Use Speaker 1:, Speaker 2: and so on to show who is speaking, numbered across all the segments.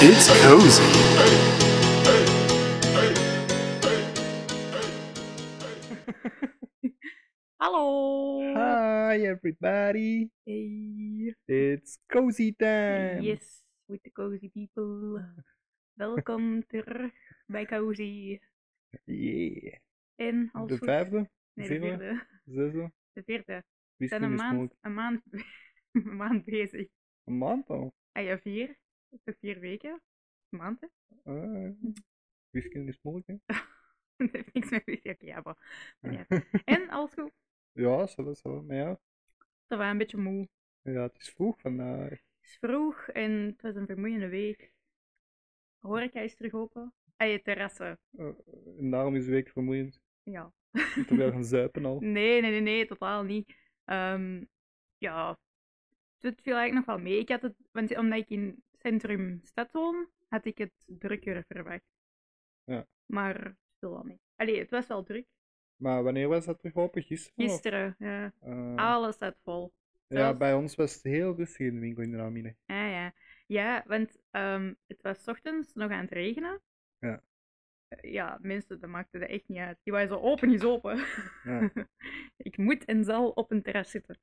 Speaker 1: It's cozy.
Speaker 2: Hallo.
Speaker 1: Hi everybody,
Speaker 2: Hey.
Speaker 1: it's cozy time.
Speaker 2: Yes, with the cozy people. Welkom terug bij Cozy.
Speaker 1: Yeah.
Speaker 2: En als
Speaker 1: De
Speaker 2: goed-
Speaker 1: vijfde,
Speaker 2: Nee, de
Speaker 1: vierde?
Speaker 2: vierde.
Speaker 1: zesde,
Speaker 2: De vierde. We zijn
Speaker 1: misschien
Speaker 2: een
Speaker 1: is het
Speaker 2: maand,
Speaker 1: nog
Speaker 2: een, maand, een maand bezig.
Speaker 1: een maand al.
Speaker 2: Ah ja, vier. Dat is vier weken. Maand, hè?
Speaker 1: Ah,
Speaker 2: Hm.
Speaker 1: wiskunde is moeilijk, hè?
Speaker 2: Dat heeft niks met weken. Oké, ja, maar. Ja. En alles goed.
Speaker 1: Ja, zo wel, zo wel, maar ja.
Speaker 2: We waren een beetje moe.
Speaker 1: Ja, het is vroeg vandaag.
Speaker 2: Het is vroeg en het was een vermoeiende week. Horeca is terug open. Ah, je terrassen.
Speaker 1: Eh, en daarom is de week vermoeiend.
Speaker 2: Ja.
Speaker 1: Terwijl we gaan zuipen al.
Speaker 2: Nee, nee, nee, nee, totaal niet. Ehm, ja, het viel eigenlijk nog wel mee. Ik had het, want omdat ik in centrum stad woon, had ik het drukker verwacht.
Speaker 1: Ja. Oh.
Speaker 2: Maar het viel wel mee. Allee, het was wel druk.
Speaker 1: Maar wanneer was dat terug open? Gisteren? of?
Speaker 2: Gisteren, ja,
Speaker 1: Eh,
Speaker 2: alles staat vol.
Speaker 1: ja,
Speaker 2: zelfs-
Speaker 1: bij ons was het heel rustig in de winkel in de namiddag.
Speaker 2: Ah, ja. ja, want ehm, het was 's ochtends nog aan het regenen.
Speaker 1: Ja.
Speaker 2: Eh, Ja, mensen, dat maakte er echt niet uit. Die waren zo open is open.
Speaker 1: Ja.
Speaker 2: ik moet en zal op een terras zitten.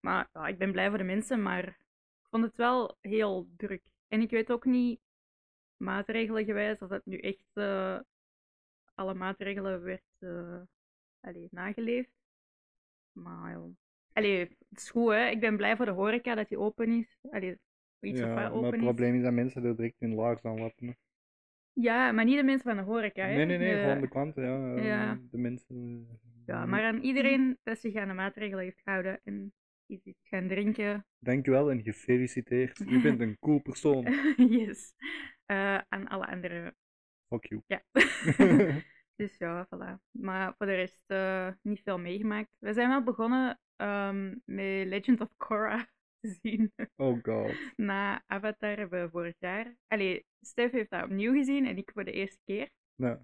Speaker 2: Maar ja, ik ben blij voor de mensen, maar ik vond het wel heel druk. En ik weet ook niet, maatregelengewijs, of dat nu echt eh, alle maatregelen werd eh, allee, nageleefd. Maar ja. Allee, het is goed, hè. Ik ben blij voor de horeca dat die open is. Allee, iets of
Speaker 1: ja,
Speaker 2: wat
Speaker 1: maar
Speaker 2: open
Speaker 1: het
Speaker 2: is.
Speaker 1: probleem is dat mensen er direct hun laars aan lappen. hè.
Speaker 2: Ja, maar niet de mensen van de horeca, hè.
Speaker 1: Nee, nee, nee,
Speaker 2: De-
Speaker 1: gewoon de klanten, ja. eh,
Speaker 2: ja.
Speaker 1: De mensen. eh,
Speaker 2: Ja, maar aan iedereen dat zich aan de maatregelen heeft gehouden en is iets gaan drinken.
Speaker 1: Dankjewel en gefeliciteerd. U bent een cool persoon.
Speaker 2: yes. Eh, aan alle anderen.
Speaker 1: Fuck you.
Speaker 2: Ja. dus ja, voilà. Maar voor de rest eh, niet veel meegemaakt. We zijn wel begonnen ehm, met Legend of Korra te zien.
Speaker 1: oh god.
Speaker 2: Na Avatar hebben we vorig jaar. Allee, Stef heeft dat opnieuw gezien en ik voor de eerste keer.
Speaker 1: Nou,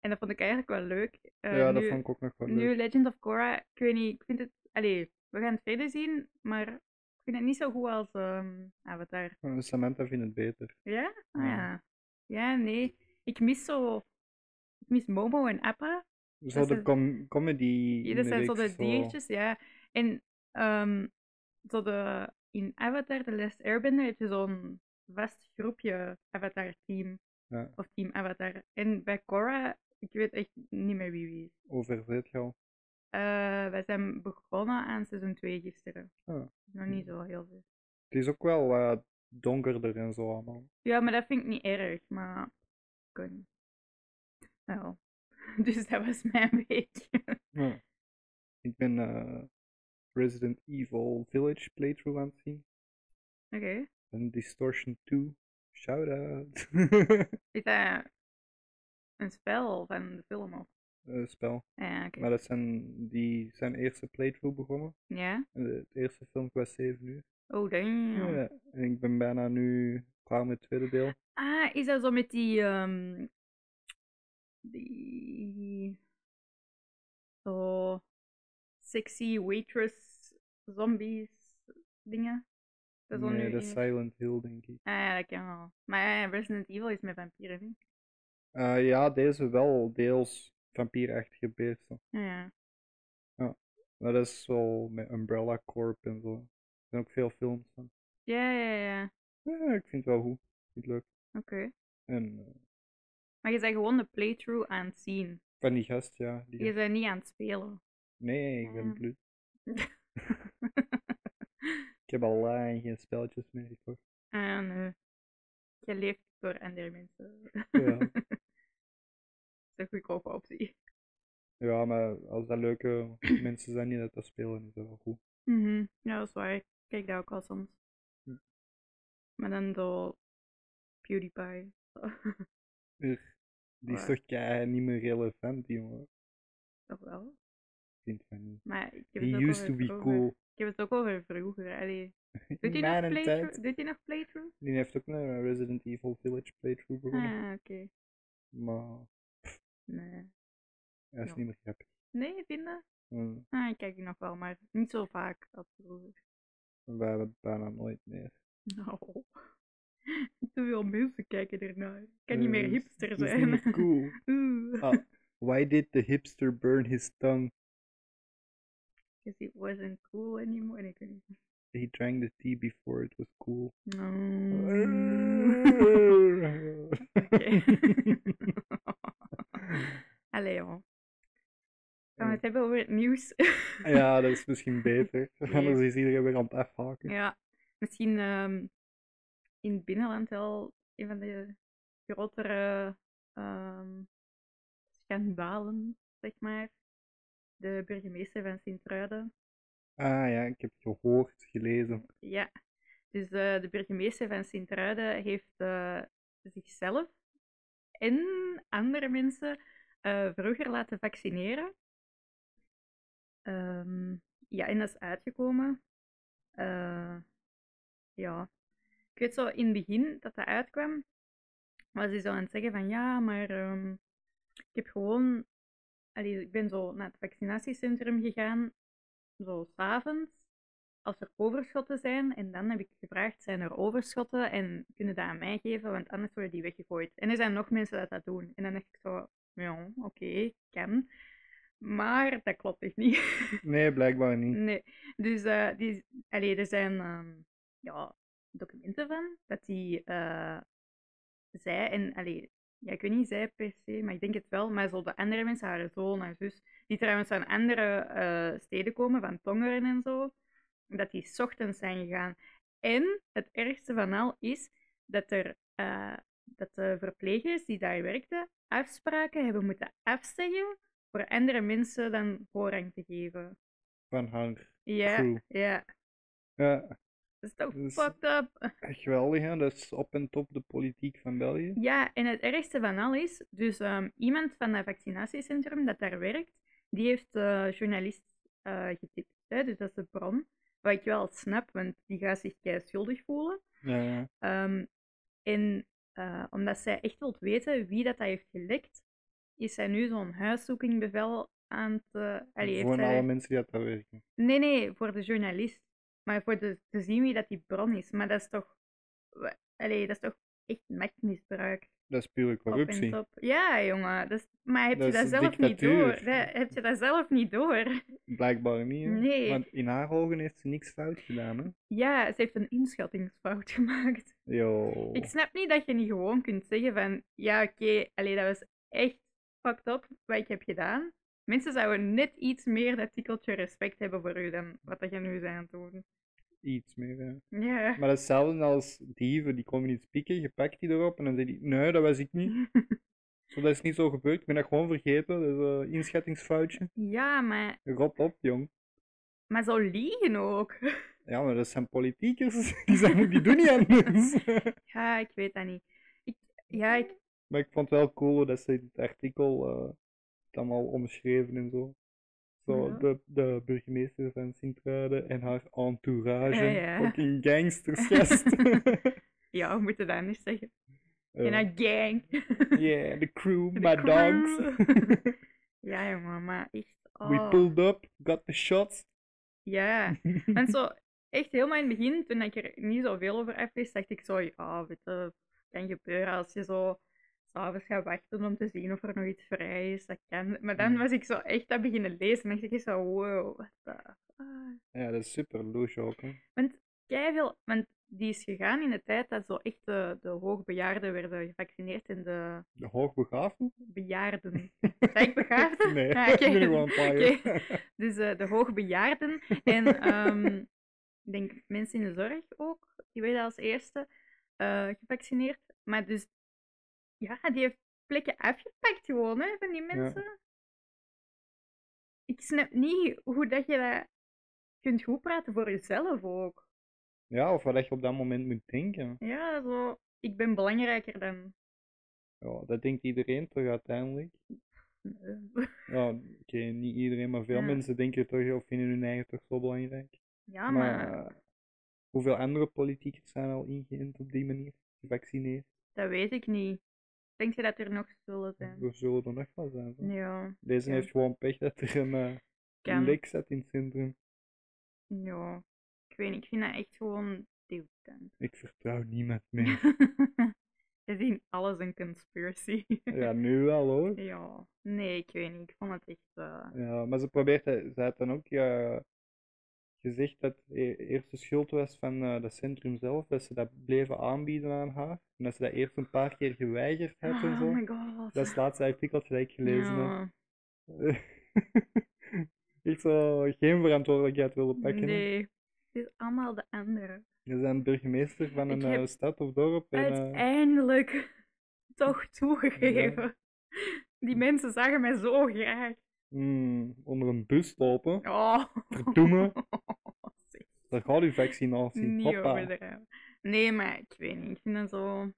Speaker 2: En dat vond ik eigenlijk wel leuk. Eh,
Speaker 1: ja, dat
Speaker 2: nu-
Speaker 1: vond ik ook nog wel leuk.
Speaker 2: Nu Legend of Korra, ik weet niet, ik vind het... Allee, we gaan het verder zien, maar ik vind het niet zo goed als ehm, Avatar.
Speaker 1: Eh, Samantha vindt het beter.
Speaker 2: Ja? Ah,
Speaker 1: Ja.
Speaker 2: ja. Ja, nee. Ik mis zo... Ik mis Momo en Appa.
Speaker 1: Zo de
Speaker 2: zijn-
Speaker 1: com comedy.
Speaker 2: Ja,
Speaker 1: in
Speaker 2: dat zijn zo
Speaker 1: reeks,
Speaker 2: de diertjes, ja. En ehm, zo de, in Avatar, The Last Airbender, heb je zo'n vast groepje Avatar-team.
Speaker 1: Ja.
Speaker 2: Of Team Avatar. En bij Korra, ik weet echt niet meer wie wie is.
Speaker 1: Overzet je al.
Speaker 2: Eh, wij zijn begonnen aan seizoen 2 gisteren.
Speaker 1: Ah.
Speaker 2: Nog niet zo heel veel.
Speaker 1: Het is ook wel eh, donkerder en zo allemaal.
Speaker 2: Ja, maar dat vind ik niet erg, maar kan niet. Nou, dus dat was mijn week.
Speaker 1: Ja. Ik ben eh, Resident Evil Village playthrough aan het zien.
Speaker 2: Oké.
Speaker 1: En Distortion 2. Shout out.
Speaker 2: Is dat een spel van de film of?
Speaker 1: Eh, spel.
Speaker 2: Ja, oké.
Speaker 1: Maar dat zijn, die zijn eerste playthrough begonnen.
Speaker 2: Ja?
Speaker 1: En de- het eerste filmpje was 7 uur.
Speaker 2: Oh, damn.
Speaker 1: Ja, en ik ben bijna nu klaar met het tweede deel.
Speaker 2: Ah, is dat zo met die... ehm die... Zo... Sexy waitress zombies dingen? zo
Speaker 1: nee,
Speaker 2: nu
Speaker 1: dat
Speaker 2: in-
Speaker 1: is Silent Hill, denk ik.
Speaker 2: Ah ja, dat kan wel. Maar ja, Resident Evil is met vampieren, niet?
Speaker 1: Eh, ja, deze wel deels vampierachtige beesten.
Speaker 2: Ja.
Speaker 1: Maar dat is zo met Umbrella Corp en zo. Er zijn ook veel films van.
Speaker 2: Ja, ja, ja.
Speaker 1: Ja, ik vind het wel goed. Ik vind het leuk.
Speaker 2: Oké.
Speaker 1: En eh,
Speaker 2: Maar je bent gewoon de playthrough aan het zien.
Speaker 1: van die gast, ja. Die...
Speaker 2: Je bent niet aan het spelen.
Speaker 1: Nee, ik ben
Speaker 2: Ja.
Speaker 1: bleu. Ik heb al lang geen spelletjes meer gekocht.
Speaker 2: en eh, je leeft door andere mensen.
Speaker 1: Ja.
Speaker 2: dat is een goedkope optie.
Speaker 1: ja, maar als dat leuke mensen zijn die dat, dat spelen, is dat wel goed.
Speaker 2: Mhm. Ja, dat is waar. Ik kijk daar ook wel soms.
Speaker 1: Hm.
Speaker 2: Maar dan door PewDiePie.
Speaker 1: Er, die is
Speaker 2: Maar-
Speaker 1: toch kei niet meer relevant, jongen.
Speaker 2: Toch wel.
Speaker 1: Ik vind van niet.
Speaker 2: Maar ik heb
Speaker 1: He
Speaker 2: het ook
Speaker 1: used
Speaker 2: over
Speaker 1: to be
Speaker 2: vroeger.
Speaker 1: cool.
Speaker 2: Ik heb het ook over vroeger. Allee. Doet
Speaker 1: In
Speaker 2: hij nog
Speaker 1: mijn tijd.
Speaker 2: playthrough? Doet hij nog playthrough?
Speaker 1: Die heeft ook een Resident Evil Village playthrough begonnen.
Speaker 2: Ah, oké.
Speaker 1: Maar
Speaker 2: Nee.
Speaker 1: hij is
Speaker 2: Ja.
Speaker 1: niet meer grappig.
Speaker 2: Nee, vinden?
Speaker 1: Mm,
Speaker 2: Ah, ik kijk die nog wel, maar niet zo vaak als vroeger.
Speaker 1: Wij hebben het bijna nooit meer.
Speaker 2: Oh. Te veel mensen kijken ernaar. Ik kan niet
Speaker 1: Eh,
Speaker 2: meer
Speaker 1: dat is-
Speaker 2: hipster
Speaker 1: dat is niet
Speaker 2: zijn.
Speaker 1: meer cool.
Speaker 2: Oeh.
Speaker 1: Ah. Why did the hipster burn his tongue?
Speaker 2: 'Cause it wasn't "Oh, cool anymore. En ik weet niet.
Speaker 1: He drank the tea before it was cool. Eh.
Speaker 2: Mm. Allee, joh. Gaan we het hebben over het nieuws?
Speaker 1: Eh. ja, dat is misschien beter. Anders is iedereen weer aan het afhaken.
Speaker 2: Ja, misschien ehm, in het binnenland wel een van de grotere ehm, schandalen, zeg maar. De burgemeester van Sint-Truiden.
Speaker 1: Ah ja, ik heb gehoord, gelezen.
Speaker 2: Ja, dus eh, de burgemeester van Sint-Truiden heeft eh, zichzelf en andere mensen eh, vroeger laten vaccineren. Ehm, ja, en dat is uitgekomen. Eh, ja, ik weet zo in het begin dat dat uitkwam, was hij zo aan het zeggen van ja, maar ehm, ik heb gewoon, allee, ik ben zo naar het vaccinatiecentrum gegaan, zo s'avonds als er overschotten zijn. En dan heb ik gevraagd, zijn er overschotten en kunnen dat aan mij geven, want anders worden die weggegooid. En er zijn nog mensen dat dat doen. En dan dacht ik zo, ja, oké, kan. Maar dat klopt echt niet.
Speaker 1: Nee, blijkbaar niet.
Speaker 2: nee. Dus eh, die, allee, er zijn ehm, ja, documenten van dat die eh, zij en allee, ja, ik weet niet zij per se, maar ik denk het wel, maar zo de andere mensen, haar zoon, haar zus, die trouwens van andere eh, steden komen, van Tongeren en zo, dat die 's ochtends zijn gegaan. En het ergste van al is dat, er, eh, dat de verplegers die daar werkten afspraken hebben moeten afzeggen voor andere mensen dan voorrang te geven.
Speaker 1: Van haar.
Speaker 2: Ja,
Speaker 1: True.
Speaker 2: ja.
Speaker 1: Ja,
Speaker 2: Dat is toch
Speaker 1: Dus-
Speaker 2: fucked up?
Speaker 1: geweldig hè, dat is op en top de politiek van België.
Speaker 2: Ja, en het ergste van al is, dus ehm, iemand van dat vaccinatiecentrum dat daar werkt, die heeft eh, journalist eh, getipt. Hè? Dus dat is de bron. Wat ik wel snap, want die gaat zich kei schuldig voelen.
Speaker 1: Ja, ja.
Speaker 2: Ehm, en eh, omdat zij echt wilt weten wie dat, dat heeft gelekt, is zij nu zo'n huiszoekingbevel aan het... eh, allee, heeft
Speaker 1: Voor
Speaker 2: zij-
Speaker 1: alle mensen die dat daar werken.
Speaker 2: Nee, nee, voor de journalist. Maar voor de, te zien wie dat die bron is. Maar dat is toch... wa- Allee, dat is toch echt machtsmisbruik.
Speaker 1: Dat is pure
Speaker 2: op en
Speaker 1: corruptie.
Speaker 2: top. Ja, jongen. Dat is, maar heb
Speaker 1: Dat
Speaker 2: je
Speaker 1: is
Speaker 2: dat
Speaker 1: een
Speaker 2: zelf niet
Speaker 1: dictatuur.
Speaker 2: door? Dat, heb je dat zelf niet door?
Speaker 1: Blijkbaar niet. Hè?
Speaker 2: Nee.
Speaker 1: Want in haar ogen heeft ze niks fout gedaan. Hè?
Speaker 2: Ja, ze heeft een inschattingsfout gemaakt.
Speaker 1: Yo.
Speaker 2: Ik snap niet dat je niet gewoon kunt zeggen van... Ja, oké, allee, dat was echt fucked up wat ik heb gedaan. Mensen zouden net iets meer dat tikkeltje respect hebben voor u dan wat dat je nu bent aan het doen.
Speaker 1: Iets meer. Hè.
Speaker 2: Ja.
Speaker 1: Maar dat is hetzelfde als dieven, die komen iets pikken, je pakt die erop en dan zei die, nee, dat was ik niet. Zo, dat is niet zo gebeurd, ik ben dat gewoon vergeten, dat is een inschattingsfoutje.
Speaker 2: Ja, maar,
Speaker 1: Rot op, jong.
Speaker 2: maar zo liegen ook.
Speaker 1: Ja, maar dat zijn politiekers, die, zijn, die doen niet anders.
Speaker 2: Ja, ik weet dat niet. Ik, ja, ik,
Speaker 1: maar ik vond het wel cool dat ze in het artikel eh, het allemaal omschreven en zo. Zo,
Speaker 2: Ja.
Speaker 1: de, de burgemeester van Sint-Truiden en haar entourage.
Speaker 2: Ja, Eh, ja.
Speaker 1: Fucking gangsters, gast.
Speaker 2: ja, we moeten dat niet zeggen. In een gang.
Speaker 1: Eh, yeah, the crew,
Speaker 2: The
Speaker 1: my dogs.
Speaker 2: crew. ja, jongen, maar echt.
Speaker 1: We
Speaker 2: Oh.
Speaker 1: pulled up, got the shots.
Speaker 2: Ja. En zo, echt helemaal in het begin, toen ik er niet zoveel over af wist, dacht ik zo, ja, weet je, kan gebeuren als je zo s'avonds gaat wachten om te zien of er nog iets vrij is, dat kan. Maar dan
Speaker 1: Mm.
Speaker 2: was ik zo echt dat beginnen lezen en dacht ik echt zo, wow, what the fuck.
Speaker 1: ja, dat is super louche ook. Hè.
Speaker 2: keiveel, want die is gegaan in de tijd dat zo echt de, de hoogbejaarden werden gevaccineerd en de
Speaker 1: De hoogbegaafden?
Speaker 2: bejaarden. Zijn ik begaafd?
Speaker 1: Nee,
Speaker 2: Ah,
Speaker 1: ik
Speaker 2: oké.
Speaker 1: ben gewoon een paar jaar.
Speaker 2: Dus eh, de hoogbejaarden en ehm, ik denk mensen in de zorg ook, die werden als eerste eh, gevaccineerd. Maar dus, ja, die heeft plekken afgepakt gewoon hè, van die mensen. Ik snap niet hoe dat je dat kunt goed praten voor jezelf ook.
Speaker 1: Ja, of wat je op dat moment moet denken.
Speaker 2: Ja, zo. Ik ben belangrijker dan.
Speaker 1: Ja, dat denkt iedereen toch uiteindelijk. Ja, oké, niet iedereen, maar veel
Speaker 2: Ja.
Speaker 1: mensen denken toch of vinden hun eigen toch zo belangrijk.
Speaker 2: Ja, Ah, maar,
Speaker 1: eh, hoeveel andere politiekers zijn al ingeënt op die manier? Gevaccineerd?
Speaker 2: dat weet ik niet. Denk je dat er nog zullen zijn?
Speaker 1: Er zullen er nog wel zijn. zo.
Speaker 2: Ja,
Speaker 1: Deze
Speaker 2: ja.
Speaker 1: heeft gewoon pech dat er een eh,
Speaker 2: kan.
Speaker 1: lek zat in het centrum.
Speaker 2: Ja. Ik weet niet, ik vind dat echt gewoon stil dan.
Speaker 1: Ik vertrouw niemand meer.
Speaker 2: Ze zien alles een conspiracy.
Speaker 1: Ja, nu wel hoor.
Speaker 2: Ja. nee, ik weet niet. Ik vond het echt. eh,
Speaker 1: Ja, maar ze probeert, ze had dan ook eh, gezegd dat e- eerst de schuld was van eh dat centrum zelf, dat ze dat bleven aanbieden aan haar. En dat ze dat eerst een paar keer geweigerd had en
Speaker 2: Oh
Speaker 1: zo.
Speaker 2: my god.
Speaker 1: Dat is het laatste artikeltje dat ik gelezen heb.
Speaker 2: Ja.
Speaker 1: Echt zo geen verantwoordelijkheid willen pakken. hè.
Speaker 2: Nee, het is allemaal de andere.
Speaker 1: Je bent burgemeester van
Speaker 2: Ik
Speaker 1: een
Speaker 2: heb
Speaker 1: eh, stad of dorp en eh,
Speaker 2: Uiteindelijk toch toegegeven. Die mensen zagen mij zo graag.
Speaker 1: mm, onder een bus lopen.
Speaker 2: Oh.
Speaker 1: Verdoemen.
Speaker 2: Zeg,
Speaker 1: Daar gaat uw vaccinatie.
Speaker 2: Niet
Speaker 1: Hoppa.
Speaker 2: overdrijven. Nee, maar ik weet niet. Ik vind dat zo.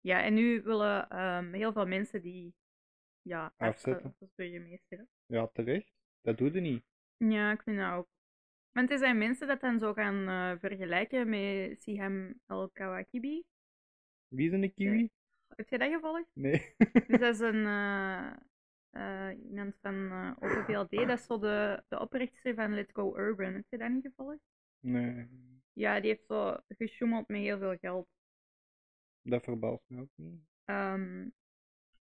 Speaker 2: Ja, en nu willen ehm, heel veel mensen die. Ja, af-
Speaker 1: Afzetten.
Speaker 2: Als burgemeester.
Speaker 1: Ja, terecht. Dat doe je niet.
Speaker 2: Ja, ik vind dat ook. Want er zijn mensen dat dan zo gaan eh, vergelijken met Siham El Kawakibi.
Speaker 1: Wie is een kiwi?
Speaker 2: Heb jij dat gevolgd?
Speaker 1: Nee.
Speaker 2: Dus dat is een, eh, eh, iemand van eh Open VLD. Dat is zo de, de oprichter van Let's Go Urban. Heb je dat niet gevolgd?
Speaker 1: Nee.
Speaker 2: Ja, die heeft zo gesjoemeld met heel veel geld.
Speaker 1: Dat verbaast me ook niet.
Speaker 2: Ehm,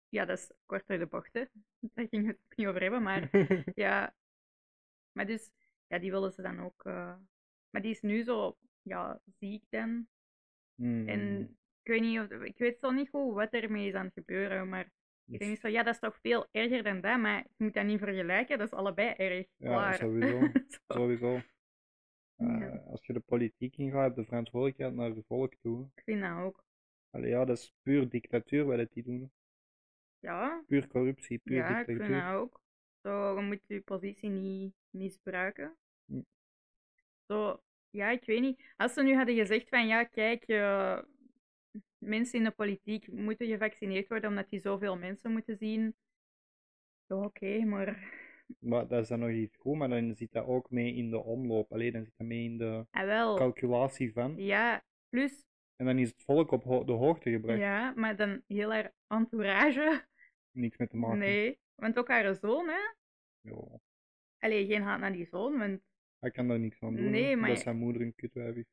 Speaker 2: ja, dat is kort uit de bocht, hè. Daar ging het ook niet over hebben, maar ja. Maar dus, ja, die willen ze dan ook... eh, Maar die is nu zo, ja, ziek dan.
Speaker 1: Hmm.
Speaker 2: En ik weet, niet of, ik weet zo niet goed wat ermee is aan het gebeuren, maar ik denk zo, ja, dat is toch veel erger dan dat, maar je moet dat niet vergelijken, dat is allebei erg.
Speaker 1: Ja,
Speaker 2: klaar.
Speaker 1: sowieso.
Speaker 2: Zo.
Speaker 1: Sowieso.
Speaker 2: Ja.
Speaker 1: Eh, als je de politiek ingaat, heb je de verantwoordelijkheid naar het volk toe.
Speaker 2: Ik vind dat ook.
Speaker 1: Allee, ja, dat is puur dictatuur wat dat die doen.
Speaker 2: Ja,
Speaker 1: Puur corruptie, puur
Speaker 2: ja ik vind
Speaker 1: dictatuur.
Speaker 2: dat ook. Zo, je moet je positie niet misbruiken.
Speaker 1: Hm.
Speaker 2: Zo, ja, ik weet niet. Als ze nu hadden gezegd van, ja, kijk, eh, mensen in de politiek moeten gevaccineerd worden omdat die zoveel mensen moeten zien. Ja, oké, maar...
Speaker 1: Maar dat is dan nog iets goed, maar dan zit dat ook mee in de omloop. Alleen dan zit dat mee in de
Speaker 2: Ah, wel.
Speaker 1: calculatie van.
Speaker 2: Ja, plus
Speaker 1: En dan is het volk op ho- de hoogte gebracht.
Speaker 2: Ja, maar dan heel haar entourage.
Speaker 1: Niks met te maken.
Speaker 2: Nee, want ook haar zoon, hè?
Speaker 1: Ja,
Speaker 2: Allee, geen haat naar die zoon, want...
Speaker 1: hij kan daar niks aan doen.
Speaker 2: Nee,
Speaker 1: hè,
Speaker 2: maar-
Speaker 1: Dat zijn moeder een kutwijf is.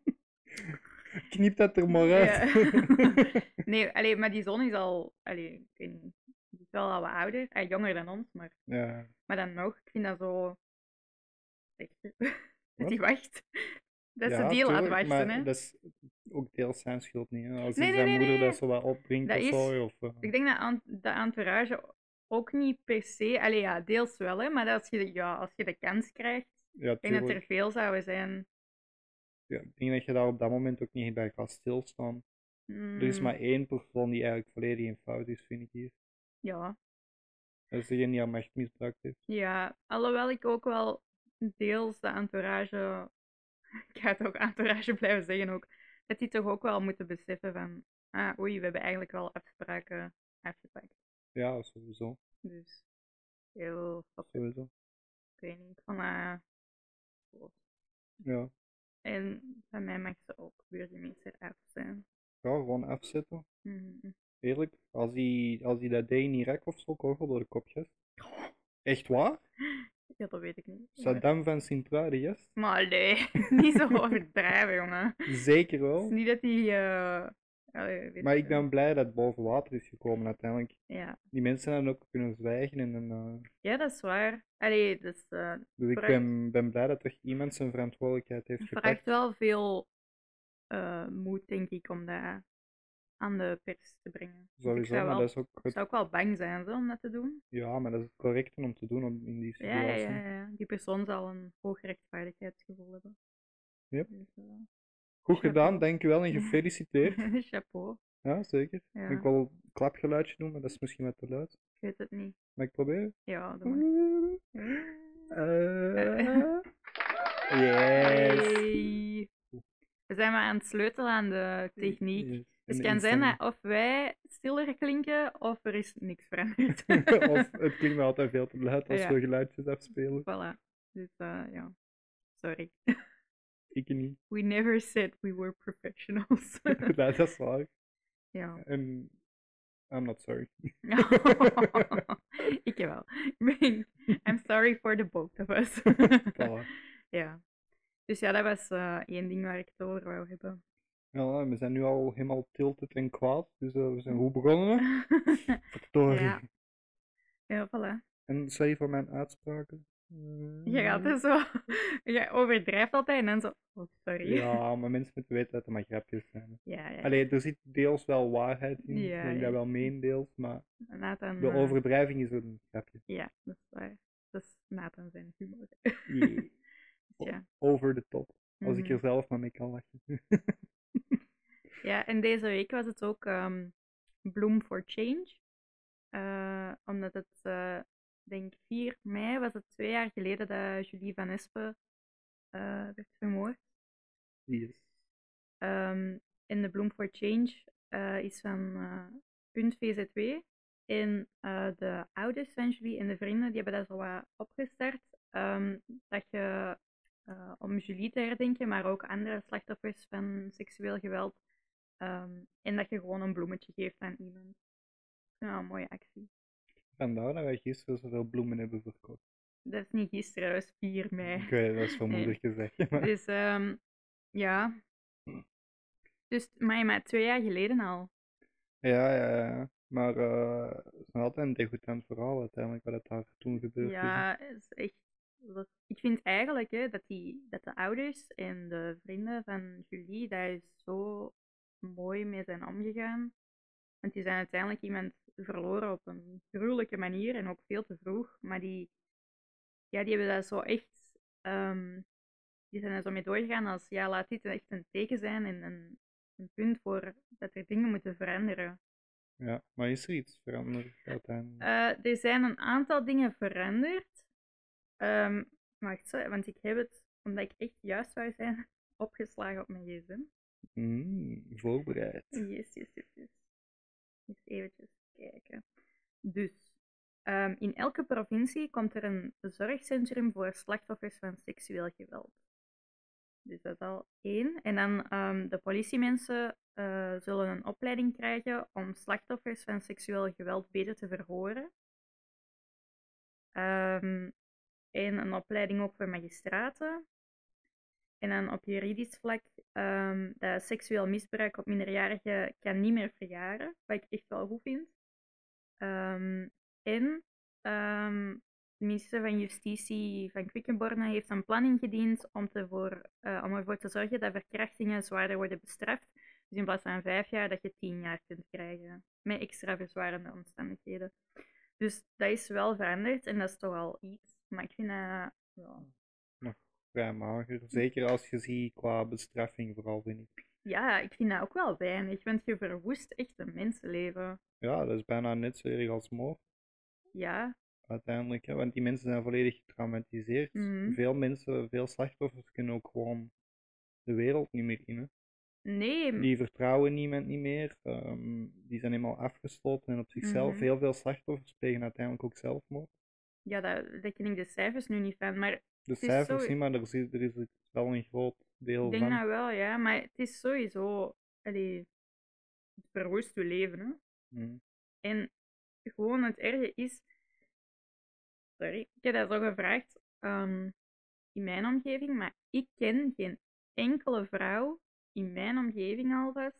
Speaker 1: Knip dat er maar uit.
Speaker 2: Ja. nee, allee, maar die zoon is al... Allee, ik weet niet. Die is wel al wat ouder. Hij jonger dan ons, maar...
Speaker 1: ja.
Speaker 2: Maar dan nog, ik vind dat zo... Zeg, Dat
Speaker 1: Wat?
Speaker 2: die wacht. Dat ze
Speaker 1: Ja,
Speaker 2: die laat
Speaker 1: tuurlijk,
Speaker 2: wachten,
Speaker 1: maar
Speaker 2: hè.
Speaker 1: Dat is ook deels zijn schuld niet. Hè. Als
Speaker 2: Nee,
Speaker 1: hij
Speaker 2: nee,
Speaker 1: zijn
Speaker 2: nee,
Speaker 1: moeder
Speaker 2: nee.
Speaker 1: dat zo wat opbrengt
Speaker 2: Dat
Speaker 1: of
Speaker 2: is-
Speaker 1: zo. Of, eh,
Speaker 2: Ik denk dat aan- de entourage ook niet per se... Allee, ja, deels wel, hè. Maar als je, de- ja, als je de kans krijgt,
Speaker 1: ja,
Speaker 2: ik denk dat
Speaker 1: tuurlijk.
Speaker 2: er veel zouden zijn...
Speaker 1: Ja, ik denk dat je daar op dat moment ook niet bij gaat stilstaan. Er is
Speaker 2: Mm,
Speaker 1: maar één persoon die eigenlijk volledig in fout is, vind ik hier.
Speaker 2: Ja.
Speaker 1: Dat is degene die aan macht misbruikt heeft.
Speaker 2: Ja, alhoewel ik ook wel deels de entourage, ik ga het ook entourage blijven zeggen ook, dat die toch ook wel moeten beseffen van, ah oei, we hebben eigenlijk wel afspraken afgepakt.
Speaker 1: Ja, sowieso.
Speaker 2: Dus heel grappig,
Speaker 1: sowieso.
Speaker 2: ik weet niet, van eh, goed.
Speaker 1: Ja.
Speaker 2: En van mij mag ze ook burgemeester af zijn.
Speaker 1: ja, gewoon afzetten.
Speaker 2: Mhm.
Speaker 1: Eerlijk, als hij als die dat deed in Irak of zo, kogel door de kopjes. Echt waar?
Speaker 2: Ja, dat weet ik niet.
Speaker 1: Saddam van Sintra, de gast?
Speaker 2: Maar nee, niet zo overdrijven, jongen.
Speaker 1: Zeker
Speaker 2: Het
Speaker 1: wel.
Speaker 2: is niet dat die... eh, allee, weet
Speaker 1: Oh. Maar ik
Speaker 2: veel.
Speaker 1: ben blij dat het boven water is gekomen uiteindelijk.
Speaker 2: Ja.
Speaker 1: Die mensen hadden ook kunnen zwijgen en dan... eh,
Speaker 2: Ja, dat is waar. Allee, dat is, eh,
Speaker 1: Dus ik
Speaker 2: Vraag-
Speaker 1: ben, ben blij dat er iemand zijn verantwoordelijkheid heeft
Speaker 2: het vraagt
Speaker 1: gepakt.
Speaker 2: wel veel eh, moed, denk ik, om dat aan de pers te brengen. Want ik
Speaker 1: Sowieso,
Speaker 2: zou,
Speaker 1: maar
Speaker 2: wel,
Speaker 1: dat is ook
Speaker 2: ik
Speaker 1: het,
Speaker 2: zou ook wel bang zijn zo, om dat te doen.
Speaker 1: ja, maar dat is het correcte om te doen om, in die
Speaker 2: Ja, ja,
Speaker 1: situatie.
Speaker 2: ja, ja. Die persoon zal een hoog rechtvaardigheidsgevoel hebben.
Speaker 1: Yep.
Speaker 2: Dus, eh,
Speaker 1: Goed
Speaker 2: Chapeau.
Speaker 1: gedaan, dankjewel en gefeliciteerd.
Speaker 2: chapeau.
Speaker 1: Ja, zeker.
Speaker 2: Ja,
Speaker 1: Ik wil een klapgeluidje doen, maar dat is misschien wat te luid.
Speaker 2: ik weet het niet.
Speaker 1: Mag ik proberen?
Speaker 2: Ja, dat mag.
Speaker 1: Eh, yes!
Speaker 2: Hey. We zijn maar aan het sleutelen aan de techniek. Dus
Speaker 1: En
Speaker 2: het kan zijn dat
Speaker 1: instemming.
Speaker 2: of wij stiller klinken, of er is niks veranderd.
Speaker 1: of het klinkt me altijd veel te luid als
Speaker 2: Ja.
Speaker 1: we geluidjes afspelen.
Speaker 2: Voilà. Dus eh, ja, sorry.
Speaker 1: Ik niet.
Speaker 2: We never said we were professionals.
Speaker 1: Nee, dat is waar.
Speaker 2: ja.
Speaker 1: En I'm not sorry.
Speaker 2: ik wel. Ik ben- I'm sorry for the both of us.
Speaker 1: Voilà.
Speaker 2: ja. Dus ja, dat was eh, één ding waar ik het over wou hebben.
Speaker 1: Ja, we zijn nu al helemaal tilted en kwaad, dus eh, we zijn goed begonnen. Verdorie.
Speaker 2: ja. Ja, voilà.
Speaker 1: En sorry voor mijn uitspraken. Mm.
Speaker 2: Je gaat er zo... Je overdrijft altijd en dan zo... Oh, sorry.
Speaker 1: Ja, maar mensen moeten weten dat er maar grapjes zijn.
Speaker 2: ja. ja.
Speaker 1: Allee, er zit deels wel waarheid in,
Speaker 2: Ja,
Speaker 1: ik denk
Speaker 2: ja.
Speaker 1: dat wel meen deels, maar
Speaker 2: Nathan...
Speaker 1: de
Speaker 2: eh,
Speaker 1: overdrijving is een grapje.
Speaker 2: Ja, dat is waar. Dat is Nathan zijn humor.
Speaker 1: Jee.
Speaker 2: ja.
Speaker 1: Over de top. Als ik
Speaker 2: Mhm.
Speaker 1: er zelf maar mee kan lachen.
Speaker 2: Ja, en deze week was het ook ehm Bloom for Change. Eh, omdat het, eh, denk ik, 4 mei was het twee jaar geleden dat Julie Van Espen eh, werd vermoord.
Speaker 1: Yes.
Speaker 2: Ehm, en de Bloom for Change eh, is van eh, punt VZW. En eh, de ouders van Julie en de vrienden die hebben dat zo wat opgestart. ehm, dat je eh, om Julie te herdenken, maar ook andere slachtoffers van seksueel geweld. ehm, en dat je gewoon een bloemetje geeft aan iemand. Nou, een mooie actie.
Speaker 1: Vandaar dat wij gisteren zoveel bloemen hebben verkocht.
Speaker 2: Dat is niet gisteren, dat is 4 mei.
Speaker 1: Ik weet, dat is wel
Speaker 2: Nee.
Speaker 1: moeilijk gezegd. Maar
Speaker 2: Dus ehm, ja. Dus, maar, maar twee jaar geleden al.
Speaker 1: Ja, ja, ja. Maar eh, het is nog altijd een degoutant verhaal uiteindelijk, wat het daar toen gebeurd is.
Speaker 2: Ja, het is echt. dat- ik vind eigenlijk hè, dat, die, dat de ouders en de vrienden van Julie daar zo mooi mee zijn omgegaan. Want die zijn uiteindelijk iemand verloren op een gruwelijke manier en ook veel te vroeg. Maar die, ja, die hebben dat zo echt. ehm, die zijn er zo mee doorgegaan als ja, laat dit echt een teken zijn en een, een punt voor dat er dingen moeten veranderen.
Speaker 1: Ja, maar is er iets veranderd uiteindelijk?
Speaker 2: Eh, er zijn een aantal dingen veranderd. Ehm wacht, sorry, want ik heb het, omdat ik echt juist zou zijn, opgeslagen op mijn gsm.
Speaker 1: Mm, voorbereid.
Speaker 2: Yes, yes, yes, yes. Eens eventjes kijken. Dus, ehm, in elke provincie komt er een zorgcentrum voor slachtoffers van seksueel geweld. Dus dat is al één. En dan ehm, de politiemensen eh, zullen een opleiding krijgen om slachtoffers van seksueel geweld beter te verhoren. Ehm, en een opleiding ook voor magistraten. En dan op juridisch vlak, ehm, dat seksueel misbruik op minderjarigen kan niet meer verjaren, wat ik echt wel goed vind. Ehm, en ehm, de minister van Justitie van Quickenborne heeft een plan ingediend om, te voor, eh, om ervoor te zorgen dat verkrachtingen zwaarder worden bestraft. Dus in plaats van vijf jaar, dat je tien jaar kunt krijgen. Met extra verzwarende omstandigheden. Dus dat is wel veranderd en dat is toch al iets. Maar ik vind dat... ja,
Speaker 1: Vrij mager. Zeker als je ziet qua bestraffing vooral, vind ik.
Speaker 2: Ja, ik vind dat ook wel weinig, want je verwoest echt een mensenleven.
Speaker 1: Ja, dat is bijna net zo erg als moord.
Speaker 2: Ja,
Speaker 1: Uiteindelijk, hè, want die mensen zijn volledig getraumatiseerd.
Speaker 2: Mhm.
Speaker 1: Veel mensen, veel slachtoffers kunnen ook gewoon de wereld niet meer in. Hè.
Speaker 2: nee, m-
Speaker 1: Die vertrouwen niemand niet meer. ehm, die zijn helemaal afgesloten en op zichzelf.
Speaker 2: Mhm.
Speaker 1: Heel veel slachtoffers plegen uiteindelijk ook zelfmoord.
Speaker 2: ja daar, daar ken ik de cijfers nu niet van, maar
Speaker 1: De
Speaker 2: is
Speaker 1: cijfers
Speaker 2: zo-
Speaker 1: niet, maar er is, er is wel een groot deel
Speaker 2: ik denk nou-
Speaker 1: van.
Speaker 2: dat wel, ja. Maar het is sowieso, allee, het verwoest je leven, hè.
Speaker 1: Mm.
Speaker 2: En gewoon het erge is. Sorry, ik heb dat zo gevraagd ehm, in mijn omgeving, maar ik ken geen enkele vrouw in mijn omgeving alvast.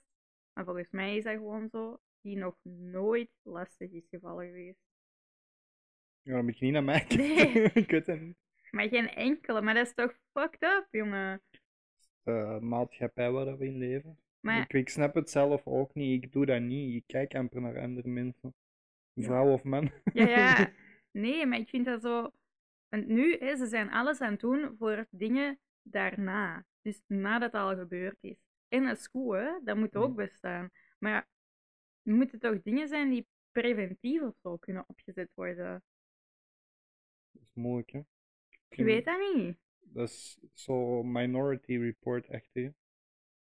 Speaker 2: Maar volgens mij is dat gewoon zo, die nog nooit lastig is gevallen geweest.
Speaker 1: Ja, dan moet je niet naar mij kijken.
Speaker 2: Nee.
Speaker 1: ik weet het niet.
Speaker 2: Maar geen enkele, maar dat is toch fucked up, jongen.
Speaker 1: De maatschappij waar dat we in leven.
Speaker 2: Maar
Speaker 1: Ik, ik snap het zelf ook niet. Ik doe dat niet. Ik kijk amper naar andere mensen.
Speaker 2: Ja.
Speaker 1: Vrouw of man.
Speaker 2: Ja, ja. Nee, maar ik vind dat zo. Want nu, hè, ze zijn alles aan het doen voor dingen daarna. Dus nadat het al gebeurd is. En dat is goed, hè? Dat moet ook
Speaker 1: Mhm.
Speaker 2: bestaan. Maar ja, er moeten toch dingen zijn die preventief of zo kunnen opgezet worden?
Speaker 1: Dat is moeilijk, hè.
Speaker 2: Je weet dat niet.
Speaker 1: Dat is zo minority report echt, hè.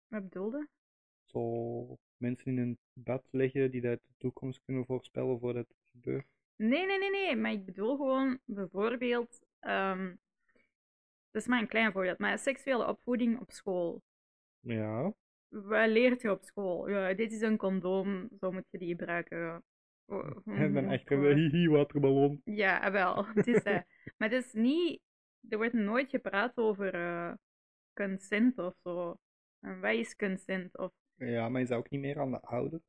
Speaker 2: Wat bedoelde?
Speaker 1: Zo mensen in een bed liggen die dat de toekomst kunnen voorspellen voordat het gebeurt.
Speaker 2: Nee, nee, nee, nee. Maar ik bedoel gewoon bijvoorbeeld. ehm, dat is maar een klein voorbeeld, maar seksuele opvoeding op school.
Speaker 1: Ja.
Speaker 2: Wat leert je op school? Ja, dit is een condoom, zo moet je die gebruiken. Oh,
Speaker 1: En dan
Speaker 2: oh,
Speaker 1: echt
Speaker 2: oh.
Speaker 1: een hihi waterballon.
Speaker 2: ah, Ja, wel. Het is, eh, maar het is niet... Er wordt nooit gepraat over eh, consent of zo. En wat is consent? Of
Speaker 1: Ja, maar is dat ook niet meer aan de ouders?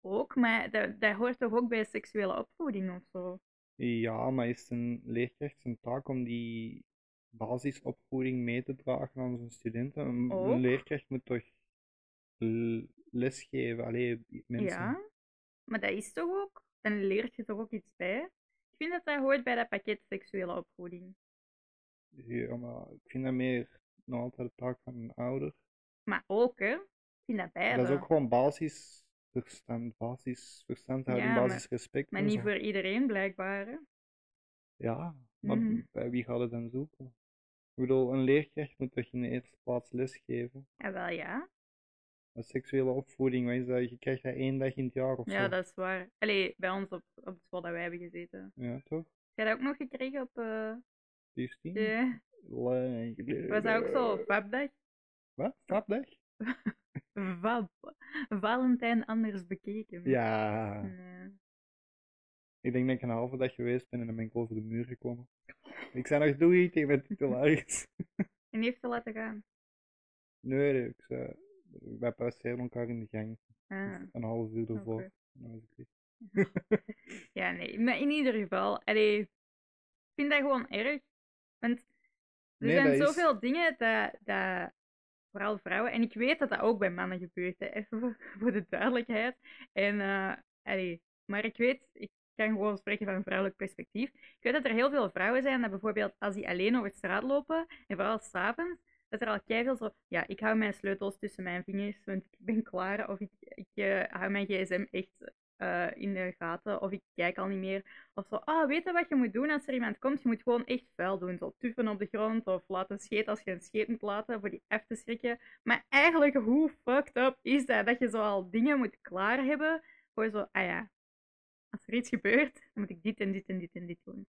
Speaker 2: ook, maar dat, dat hoort toch ook bij seksuele opvoeding of zo?
Speaker 1: Ja, maar is het een leerkracht zijn taak om die basisopvoeding mee te dragen aan zijn studenten? Een, een
Speaker 2: Ook.
Speaker 1: leerkracht moet toch l- lesgeven? Allee, mensen.
Speaker 2: Ja, maar dat is toch ook? Dan leert je toch ook iets bij? Ik vind dat dat hoort bij dat pakket seksuele opvoeding.
Speaker 1: Ja, maar ik vind dat meer nog altijd de taak van een ouder.
Speaker 2: Maar ook, hè? Ik vind dat beide.
Speaker 1: Dat is ook gewoon basisverstand, basisverstandhouding,
Speaker 2: Ja, maar-
Speaker 1: basisrespect.
Speaker 2: Maar
Speaker 1: en
Speaker 2: niet
Speaker 1: zo.
Speaker 2: voor iedereen, blijkbaar. hè.
Speaker 1: Ja, maar
Speaker 2: Mhm.
Speaker 1: bij wie gaat het dan zoeken? Ik bedoel, een leerkracht moet toch in de eerste plaats lesgeven?
Speaker 2: Ja, Ah, wel ja.
Speaker 1: Een seksuele opvoeding, wat is dat? Je krijgt dat één dag in het jaar of
Speaker 2: Ja,
Speaker 1: zo.
Speaker 2: dat is waar. Allee, bij ons op, op school dat wij hebben gezeten. Heb
Speaker 1: Ja, toch?
Speaker 2: jij dat ook nog gekregen op... eh,
Speaker 1: Justine?
Speaker 2: de...
Speaker 1: Lekker.
Speaker 2: Was dat ook zo? Vapdag?
Speaker 1: Wat? Vapdag?
Speaker 2: Vap. Valentijn anders bekeken. Hm.
Speaker 1: Ja.
Speaker 2: Nee.
Speaker 1: Ik denk dat ik een halve dag geweest ben en dan ben ik over de muur gekomen. Ik zei nog doei tegen mijn titularis.
Speaker 2: En die heeft ze laten gaan.
Speaker 1: Nee, ik zei, wij passeerden elkaar in de gang. Dus
Speaker 2: Ah,
Speaker 1: Een half uur
Speaker 2: oké.
Speaker 1: ervoor. En dan was ik weg.
Speaker 2: Ja, nee. Maar in ieder geval, allee, ik vind dat gewoon erg. Want er
Speaker 1: Nee,
Speaker 2: zijn
Speaker 1: dat is-
Speaker 2: zoveel dingen dat, dat, vooral vrouwen, en ik weet dat dat ook bij mannen gebeurt, hè, even voor- voor de duidelijkheid. En, eh, allee, maar ik weet, ik kan gewoon spreken van een vrouwelijk perspectief. Ik weet dat er heel veel vrouwen zijn dat bijvoorbeeld als die alleen over straat lopen, en vooral s'avonds, dat er al keiveel zo, ja, ik hou mijn sleutels tussen mijn vingers, want ik ben klaar, of ik, ik eh, hou mijn gsm echt eh, in de gaten, of ik kijk al niet meer. Of zo, ah, weet je wat je moet doen als er iemand komt? Je moet gewoon echt vuil doen, zo tuffen op de grond, of laten scheet als je een scheet moet laten, voor die af te schrikken. Maar eigenlijk, hoe fucked up is dat, dat je zo al dingen moet klaar hebben, voor zo, ah ja, als er iets gebeurt, dan moet ik dit en dit en dit en dit doen.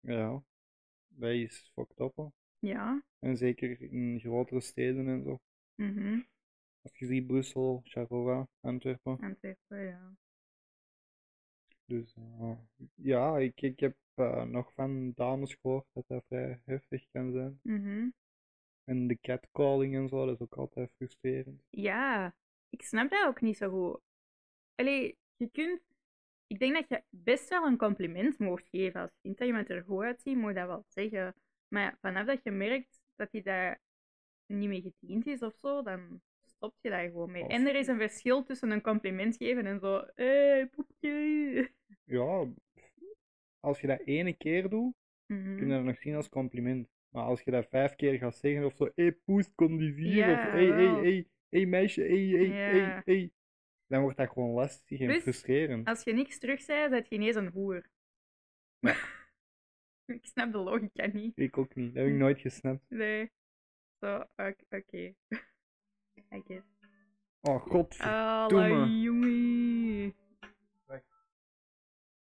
Speaker 1: Ja. Dat is fucked up. hoor.
Speaker 2: Ja,
Speaker 1: En zeker in grotere steden en zo.
Speaker 2: mhm,
Speaker 1: Als je ziet Brussel, Charleroi, Antwerpen.
Speaker 2: Antwerpen, ja.
Speaker 1: Dus eh, ja, ik, ik heb eh, nog van dames gehoord dat dat vrij heftig kan zijn.
Speaker 2: mhm.
Speaker 1: En de catcalling en zo, dat is ook altijd frustrerend.
Speaker 2: Ja, ik snap dat ook niet zo goed. Allee, je kunt... Ik denk dat je best wel een compliment mocht geven. Als je vindt dat iemand er goed uitziet, moet je dat wel zeggen. Maar ja, vanaf dat je merkt dat hij daar niet mee gediend is of zo, dan stop je daar gewoon mee.
Speaker 1: Of-
Speaker 2: En er is een verschil tussen een compliment geven en zo... Hé, hey, poepje.
Speaker 1: Ja, als je dat ene keer doet,
Speaker 2: Mhm.
Speaker 1: kun je dat nog zien als compliment. Maar als je dat vijf keer gaat zeggen of zo, hé hey, poes, kom die hier, of
Speaker 2: Ja,
Speaker 1: hé, hé,
Speaker 2: wel.
Speaker 1: hé, hé meisje, hé, hé, hé,
Speaker 2: Ja.
Speaker 1: hé. Dan wordt dat gewoon lastig en
Speaker 2: Plus-
Speaker 1: frustrerend.
Speaker 2: Als je niks terug zei, ben je ineens een hoer.
Speaker 1: Ja.
Speaker 2: ik snap de logica niet.
Speaker 1: Ik ook niet, dat heb ik nooit gesnapt.
Speaker 2: Nee. Zo, ok- oké. I guess.
Speaker 1: Oh god,
Speaker 2: Ah, Allee, jongen.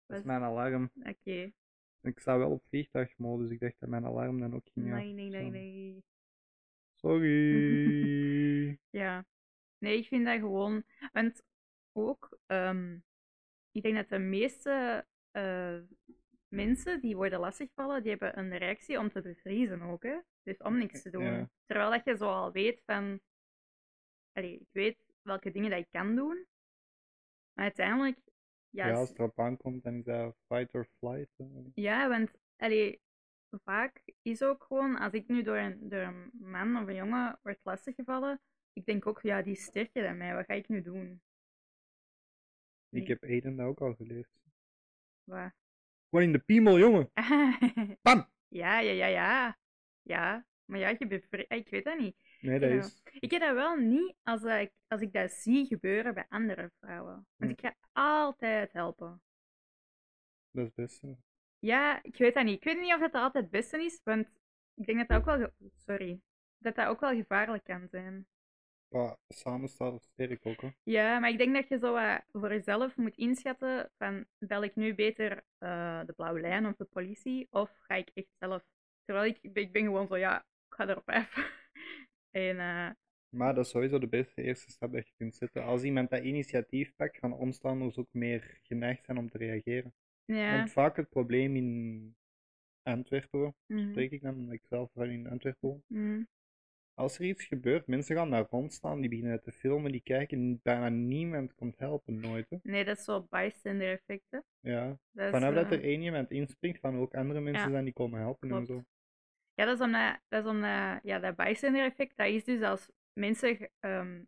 Speaker 1: dat is mijn alarm.
Speaker 2: Oké.
Speaker 1: Ik sta wel op vliegtuigmodus, dus ik dacht dat mijn alarm dan ook ging af.
Speaker 2: Nee, nee, nee,
Speaker 1: zo.
Speaker 2: nee.
Speaker 1: Sorry.
Speaker 2: Ja. Nee, ik vind dat gewoon... Want ook, ehm, ik denk dat de meeste eh, mensen die worden lastiggevallen, die hebben een reactie om te bevriezen ook, hè. Dus om niks te doen.
Speaker 1: Ja.
Speaker 2: Terwijl dat je zo al weet van... Allee, ik weet welke dingen dat ik kan doen. Maar uiteindelijk... Ja,
Speaker 1: Ja,
Speaker 2: s-
Speaker 1: als het erop aankomt, dan is dat fight or flight. eh.
Speaker 2: Ja, want allee, vaak is ook gewoon, als ik nu door een, door een man of een jongen word lastiggevallen, ik denk ook, ja, die is sterker dan mij, wat ga ik nu doen?
Speaker 1: Ik heb Aiden dat ook al geleerd.
Speaker 2: Wat?
Speaker 1: Gewoon in de piemel, jongen. Bam!
Speaker 2: ja, ja, ja, ja. Ja, maar ja, je bevri- ah, Ik weet dat niet.
Speaker 1: Nee, dat
Speaker 2: Ja.
Speaker 1: is.
Speaker 2: Ik heb dat wel niet als, dat ik, als ik dat zie gebeuren bij andere vrouwen.
Speaker 1: Hm.
Speaker 2: Want ik ga altijd helpen.
Speaker 1: Dat is best. eh.
Speaker 2: Ja, ik weet dat niet. Ik weet niet of dat altijd het beste is, want ik denk dat dat ook wel... ge- Sorry. Dat dat ook wel gevaarlijk kan zijn.
Speaker 1: Maar samen staat het sterk ook, hè.
Speaker 2: Ja, maar ik denk dat je zo wat voor jezelf moet inschatten van bel ik nu beter eh, de blauwe lijn of de politie of ga ik echt zelf... Terwijl ik, ik ben gewoon zo, ja, ik ga erop af. en eh,
Speaker 1: Maar dat is sowieso de beste eerste stap dat je kunt zetten. Als iemand dat initiatief pakt, gaan omstanders ook meer geneigd zijn om te reageren.
Speaker 2: ja,
Speaker 1: Want vaak het probleem in Antwerpen,
Speaker 2: Mhm.
Speaker 1: spreek ik dan, omdat ik zelf van in Antwerpen woon.
Speaker 2: Mhm.
Speaker 1: Als er iets gebeurt, mensen gaan daar rondstaan, die beginnen te filmen, die kijken, bijna niemand komt helpen, nooit. Hè.
Speaker 2: Nee, dat is zo bystander effecten.
Speaker 1: Ja.
Speaker 2: Dat is,
Speaker 1: Vanaf dat
Speaker 2: eh,
Speaker 1: er één iemand inspringt, gaan ook andere mensen
Speaker 2: Ja.
Speaker 1: zijn die komen helpen en
Speaker 2: Klopt.
Speaker 1: zo.
Speaker 2: Ja, dat is omdat, dat, is omdat ja, dat bystander effect, dat is dus als mensen, ge- ehm,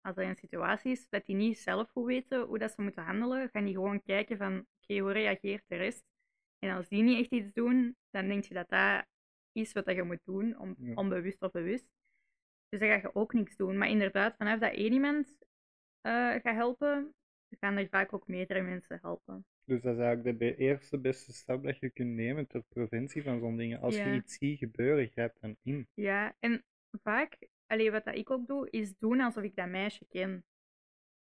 Speaker 2: als er een situatie is, dat die niet zelf goed weten hoe dat ze moeten handelen, gaan die gewoon kijken van, oké, hoe reageert de rest? En als die niet echt iets doen, dan denk je dat dat is wat dat je moet doen, om,
Speaker 1: Ja.
Speaker 2: onbewust of bewust. Dus dan ga je ook niks doen. Maar inderdaad, vanaf dat één iemand eh, gaat helpen, gaan er vaak ook meerdere mensen helpen.
Speaker 1: Dus dat is eigenlijk de be- eerste beste stap dat je kunt nemen ter preventie van zo'n dingen. Als
Speaker 2: Ja.
Speaker 1: je iets ziet gebeuren, grijp dan in.
Speaker 2: Ja, en vaak, allee, wat dat ik ook doe, is doen alsof ik dat meisje ken.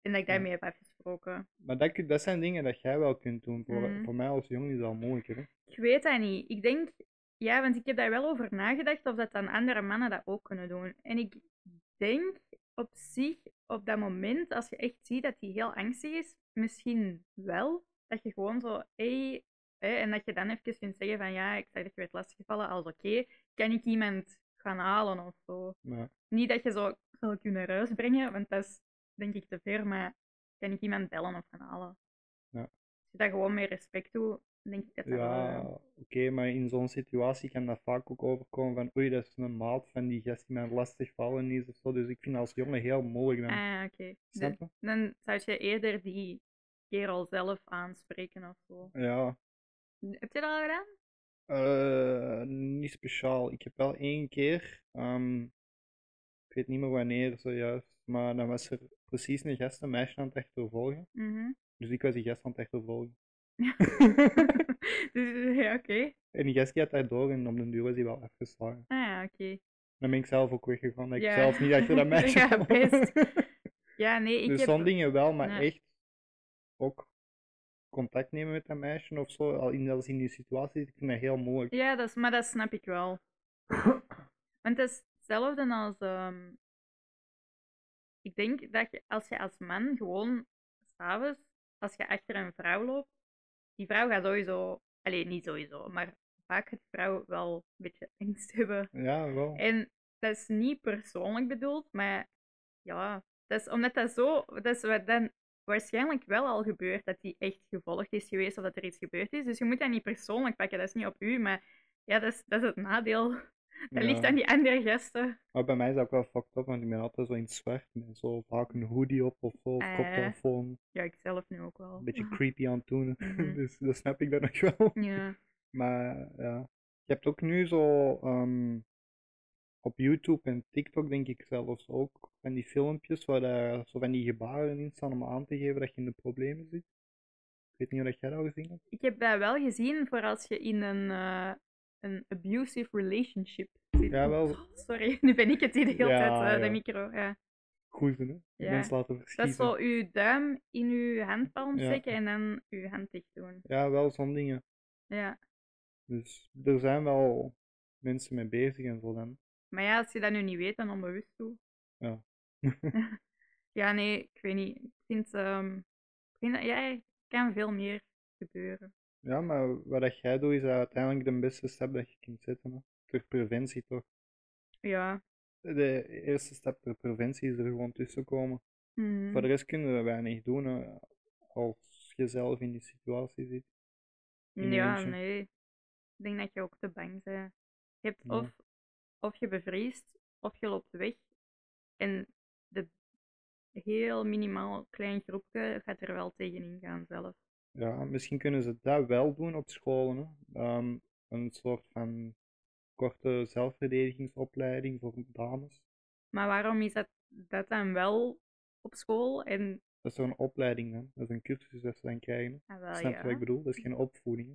Speaker 2: En dat ik
Speaker 1: Ja.
Speaker 2: daarmee heb afgesproken.
Speaker 1: Maar dat, kun- dat zijn dingen dat jij wel kunt doen. Voor,
Speaker 2: Mhm.
Speaker 1: voor mij als jongen is dat moeilijker. Hè?
Speaker 2: Ik weet dat niet. Ik denk, ja, want ik heb daar wel over nagedacht of dat dan andere mannen dat ook kunnen doen. En ik denk op zich, op dat moment, als je echt ziet dat die heel angstig is, misschien wel. Dat je gewoon zo, hey, hè, en dat je dan even kunt zeggen van, ja, ik zag dat je werd lastiggevallen, als oké, kan ik iemand gaan halen of zo.
Speaker 1: Maar,
Speaker 2: Niet dat je zo zou kunnen ruisbrengen, want dat is denk ik te ver, maar kan ik iemand bellen of gaan halen?
Speaker 1: Ja.
Speaker 2: Als je dat gewoon met respect doet, denk ik dat dat wel,
Speaker 1: ja,
Speaker 2: eh,
Speaker 1: oké, maar in zo'n situatie kan dat vaak ook overkomen van oei, dat is een maat van die gast die mij lastig vallen is of zo. Dus ik vind als jongen heel moeilijk dan.
Speaker 2: Ah, oké. Dan,
Speaker 1: Snap je?
Speaker 2: dan zou je eerder die kerel zelf aanspreken of zo.
Speaker 1: Ja.
Speaker 2: Heb je dat al gedaan?
Speaker 1: Eh, niet speciaal. Ik heb wel één keer, ehm, ik weet niet meer wanneer zojuist, maar dan was er precies een gast een meisje aan het achtervolgen.
Speaker 2: Mhm.
Speaker 1: Dus ik was die gast aan het achtervolgen.
Speaker 2: dus ja, oké.
Speaker 1: En die gast die had daar door en op den duur was hij wel afgeslagen.
Speaker 2: Ah, ja, oké.
Speaker 1: Dan ben ik zelf ook weggegaan, dat ik
Speaker 2: Ja.
Speaker 1: zelf niet achter dat meisje
Speaker 2: Ja,
Speaker 1: kwam.
Speaker 2: best. Ja, nee, ik
Speaker 1: Dus
Speaker 2: heb...
Speaker 1: zo'n dingen wel, maar
Speaker 2: Ja.
Speaker 1: echt ook contact nemen met dat meisje of zo, al in, als in die situatie, ik vind dat heel moeilijk.
Speaker 2: Ja, dat is, maar dat snap ik wel. Want het is hetzelfde als. ehm, ik denk dat je, als je als man gewoon s'avonds, als je achter een vrouw loopt, die vrouw gaat sowieso. Alleen niet sowieso, maar vaak gaat die vrouw wel een beetje angst hebben.
Speaker 1: Ja, wel.
Speaker 2: En dat is niet persoonlijk bedoeld, maar ja, dat is omdat dat zo. Dat is wat dan waarschijnlijk wel al gebeurd dat die echt gevolgd is geweest of dat er iets gebeurd is. Dus je moet dat niet persoonlijk pakken, dat is niet op u, maar ja, dat is, dat is het nadeel. Dat ligt
Speaker 1: Ja.
Speaker 2: aan die andere gasten.
Speaker 1: Maar bij mij is dat ook wel fucked up, want ik ben altijd zo in het zwart. Met zo vaak een hoodie op of zo, of
Speaker 2: Eh.
Speaker 1: koptelefoon.
Speaker 2: Ja, ik zelf nu ook wel.
Speaker 1: Een beetje creepy aan het doen.
Speaker 2: Mhm.
Speaker 1: dus dat snap ik dan nog wel.
Speaker 2: Ja.
Speaker 1: Maar ja. Je hebt ook nu zo ehm, op YouTube en TikTok, denk ik zelfs ook, van die filmpjes waar daar zo van die gebaren in staan om aan te geven dat je in de problemen zit. Ik weet niet of dat jij dat al gezien hebt.
Speaker 2: Ik heb dat wel gezien voor als je in een, eh, een abusive relationship zit.
Speaker 1: Ja, wel.
Speaker 2: Oh, sorry, nu ben ik het hier de hele
Speaker 1: Ja,
Speaker 2: tijd, eh, de
Speaker 1: ja.
Speaker 2: micro. Ja.
Speaker 1: Goed, hè?
Speaker 2: Ja.
Speaker 1: Mensen laten
Speaker 2: Dat
Speaker 1: verschieten.
Speaker 2: is zo je duim in je handpalm
Speaker 1: Ja.
Speaker 2: steken en dan je hand dicht doen.
Speaker 1: Ja, wel zo'n dingen.
Speaker 2: Ja.
Speaker 1: Dus er zijn wel mensen mee bezig en zo dan.
Speaker 2: Maar ja, als je dat nu niet weet, dan onbewust toe.
Speaker 1: Ja.
Speaker 2: ja, nee, ik weet niet. Ik vind, ehm, ik vind dat, ja, er kan veel meer gebeuren.
Speaker 1: Ja, maar wat dat jij doet is uiteindelijk de beste stap dat je kunt zetten. Hè? Ter preventie toch?
Speaker 2: Ja.
Speaker 1: De eerste stap ter preventie is er gewoon tussen komen.
Speaker 2: Mhm.
Speaker 1: Voor de rest kunnen we weinig doen hè, als je zelf in die situatie zit. in je
Speaker 2: Ja,
Speaker 1: eentje.
Speaker 2: nee. Ik denk dat je ook te bang bent. Je hebt
Speaker 1: Ja.
Speaker 2: of, of je bevriest, of je loopt weg. En de heel minimaal klein groepje gaat er wel tegenin gaan zelf.
Speaker 1: Ja, misschien kunnen ze dat wel doen op scholen. Hè? Ehm, een soort van korte zelfverdedigingsopleiding voor dames.
Speaker 2: Maar waarom is dat, dat dan wel op school? En,
Speaker 1: Dat is zo'n opleiding dan. Dat is een cursus dat ze dan krijgen.
Speaker 2: ah,
Speaker 1: hè.
Speaker 2: wel,
Speaker 1: Snap je wat ik
Speaker 2: ja.
Speaker 1: bedoel? Dat is geen opvoeding. hè.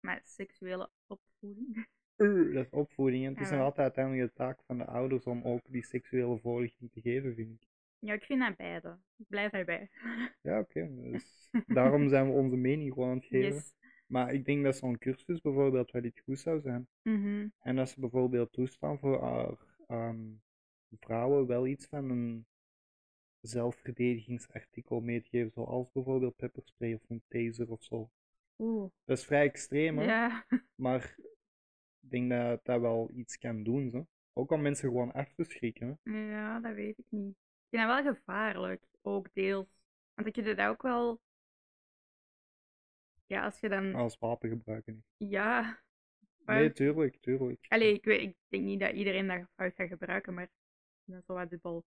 Speaker 2: Maar seksuele opvoeding.
Speaker 1: Eh, Dat is opvoeding. En het
Speaker 2: Ja,
Speaker 1: is nog
Speaker 2: wel.
Speaker 1: altijd uiteindelijk de taak van de ouders om ook die seksuele voorlichting te geven, vind ik.
Speaker 2: Ja, ik vind dat beide. Ik blijf daarbij.
Speaker 1: Ja, oké. dus daarom zijn we onze mening gewoon aan het geven.
Speaker 2: Yes.
Speaker 1: Maar ik denk dat zo'n cursus bijvoorbeeld wel iets goed zou zijn.
Speaker 2: Mhm.
Speaker 1: En dat ze bijvoorbeeld toestaan voor haar, ehm, vrouwen wel iets van een zelfverdedigingsartikel mee te geven. Zoals bijvoorbeeld pepperspray of een taser of zo.
Speaker 2: Oeh.
Speaker 1: Dat is vrij extreem, hè?
Speaker 2: Ja.
Speaker 1: maar Ik denk dat dat wel iets kan doen. Zo. Ook om mensen gewoon af te schrikken. hè.
Speaker 2: Ja, dat weet ik niet. Ik vind dat wel gevaarlijk, ook deels. Want ik je dat ook wel. Ja, als je dan.
Speaker 1: Als wapen gebruiken.
Speaker 2: Ja. Maar...
Speaker 1: Oh. Nee, tuurlijk, tuurlijk.
Speaker 2: Allee, ik, weet, ik denk niet dat iedereen dat fout gaat gebruiken, maar dat is wel wat dubbel.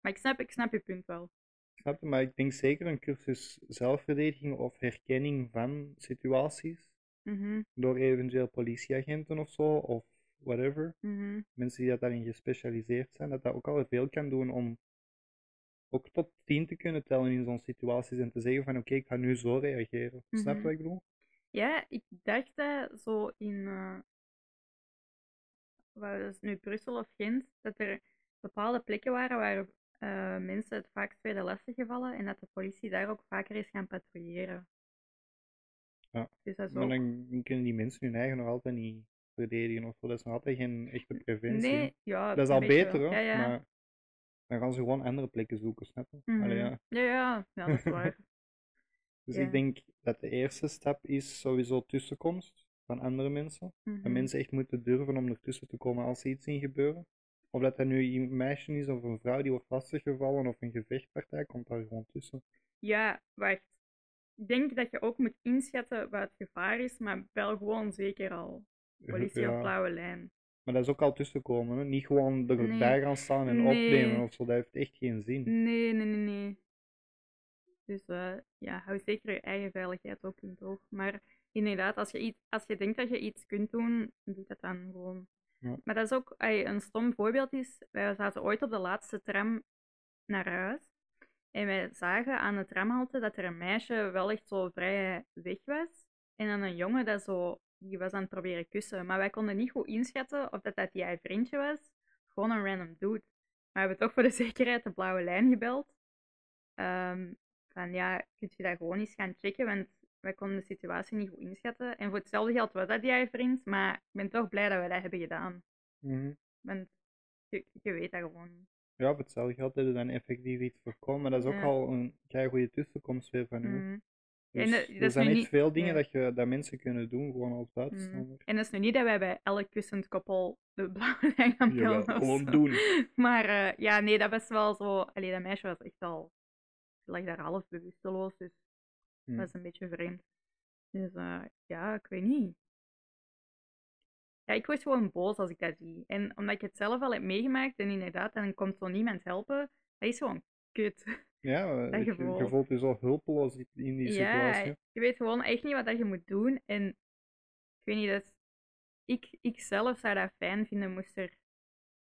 Speaker 2: Maar ik snap, ik snap je punt wel.
Speaker 1: Snap je? Maar ik denk zeker een cursus zelfverdediging of herkenning van situaties.
Speaker 2: Mhm,
Speaker 1: Door eventueel politieagenten of zo, of whatever.
Speaker 2: mhm.
Speaker 1: Mensen die dat daarin gespecialiseerd zijn, dat dat ook al veel kan doen om ook tot 10 te kunnen tellen in zo'n situaties en te zeggen van oké, ik ga nu zo reageren. Snap je
Speaker 2: Mhm.
Speaker 1: wat ik bedoel?
Speaker 2: Ja, ik dacht dat zo in. eh, wat is het nu, Brussel of Gent? Dat er bepaalde plekken waren waar eh, mensen het vaakst werden lastiggevallen en dat de politie daar ook vaker is gaan patrouilleren.
Speaker 1: Ja,
Speaker 2: Dus dat is
Speaker 1: Maar
Speaker 2: ook-
Speaker 1: dan dan kunnen die mensen hun eigen nog altijd niet verdedigen of zo. Dat is nog altijd geen echte preventie.
Speaker 2: Nee, ja,
Speaker 1: Dat is
Speaker 2: een
Speaker 1: al
Speaker 2: beetje
Speaker 1: beter,
Speaker 2: wel.
Speaker 1: hoor.
Speaker 2: Ja, ja.
Speaker 1: Maar dan gaan ze gewoon andere plekken zoeken, snap je?
Speaker 2: Mhm.
Speaker 1: Allee, ja.
Speaker 2: ja, ja, ja, dat is waar.
Speaker 1: Dus
Speaker 2: Ja.
Speaker 1: ik denk dat de eerste stap is sowieso tussenkomst van andere mensen. Dat
Speaker 2: Mhm.
Speaker 1: mensen echt moeten durven om ertussen te komen als ze iets zien gebeuren. Of dat dat nu een meisje is of een vrouw die wordt lastiggevallen of een gevechtpartij, komt daar gewoon tussen.
Speaker 2: Ja, wacht. Ik denk dat je ook moet inschatten wat het gevaar is, maar wel gewoon zeker al. Politie
Speaker 1: Ja.
Speaker 2: op blauwe lijn.
Speaker 1: Maar dat is ook al tussenkomen, hè? niet gewoon erbij
Speaker 2: Nee.
Speaker 1: gaan staan en
Speaker 2: Nee.
Speaker 1: opnemen of zo, dat heeft echt geen zin.
Speaker 2: Nee, nee, nee, nee. Dus eh, ja, hou zeker je eigen veiligheid ook in het oog. Maar inderdaad, als je, iets, als je denkt dat je iets kunt doen, doe dat dan gewoon.
Speaker 1: Ja.
Speaker 2: Maar dat is ook ey, een stom voorbeeld is, wij zaten ooit op de laatste tram naar huis. En wij zagen aan de tramhalte dat er een meisje wel echt zo vrij weg was. En dan een jongen dat zo, die was aan het proberen kussen. Maar wij konden niet goed inschatten of dat dat die haar vriendje was. Gewoon een random dude. Maar we hebben toch voor de zekerheid de blauwe lijn gebeld. Ehm, van ja, kunt je dat gewoon eens gaan checken, want wij konden de situatie niet goed inschatten. En voor hetzelfde geld was dat jij vriend, maar ik ben toch blij dat we dat hebben gedaan.
Speaker 1: Mhm.
Speaker 2: Want je, je weet dat gewoon niet.
Speaker 1: Ja, voor hetzelfde geld hebben we dan effectief iets voorkomen, maar dat is ook
Speaker 2: Ja.
Speaker 1: al een kei goede tussenkomst weer van u.
Speaker 2: Mhm. En
Speaker 1: Dus
Speaker 2: dat- dat
Speaker 1: er
Speaker 2: is
Speaker 1: zijn
Speaker 2: nu
Speaker 1: echt
Speaker 2: niet-
Speaker 1: veel dingen
Speaker 2: ja. Mm.
Speaker 1: dat, je, dat mensen kunnen doen, gewoon als buitenstaander.
Speaker 2: En dat is nu niet dat wij bij elk kussend koppel de blauwe lijn gaan
Speaker 1: Jawel,
Speaker 2: bellen. of
Speaker 1: gewoon
Speaker 2: zo.
Speaker 1: doen.
Speaker 2: Maar eh, ja, nee, dat was wel zo. Allee, dat meisje was echt al. Ze lag daar half bewusteloos, dus
Speaker 1: Hmm.
Speaker 2: dat is een beetje vreemd. Dus eh, ja, ik weet niet. Ja, ik word gewoon boos als ik dat zie. En omdat ik het zelf al heb meegemaakt en inderdaad, dan komt zo niemand helpen, dat is gewoon kut.
Speaker 1: Ja,
Speaker 2: Dat
Speaker 1: eh, je,
Speaker 2: gevoel.
Speaker 1: je voelt je zo hulpeloos i- in die situatie.
Speaker 2: Ja, eh. je weet gewoon echt niet wat dat je moet doen. En ik weet niet, dat is- ik, ik zelf zou dat fijn vinden moest er...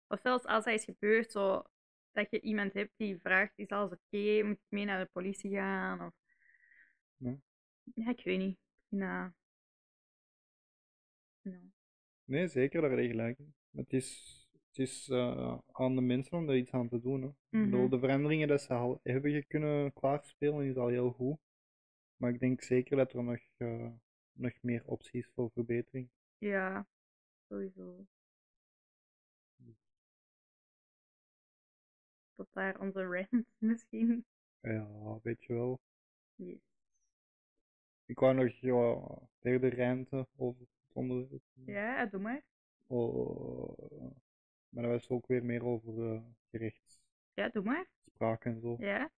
Speaker 2: Of zelfs als dat is gebeurd, zo, dat je iemand hebt die vraagt, is alles oké? Moet ik mee naar de politie gaan? Of...
Speaker 1: Ja.
Speaker 2: Ja, ik weet niet. Ik vind dat- Nou,
Speaker 1: Nee, zeker, daar heb je gelijk. in. Het is, het is eh, aan de mensen om daar iets aan te doen. Hè. Ik bedoel,
Speaker 2: Mhm.
Speaker 1: de veranderingen die ze al hebben ge- kunnen klaarspelen is al heel goed. Maar ik denk zeker dat er nog, eh, nog meer opties voor verbetering.
Speaker 2: Ja, sowieso. Tot daar onze rant misschien.
Speaker 1: Ja, weet je wel.
Speaker 2: Yes.
Speaker 1: Ik wou nog ja, derde ruimte over het onderwerp. eh,
Speaker 2: Ja, doe maar.
Speaker 1: Oh, maar dat was ook weer meer over eh gerechtspraak
Speaker 2: Ja, doe maar.
Speaker 1: en zo.
Speaker 2: Ja.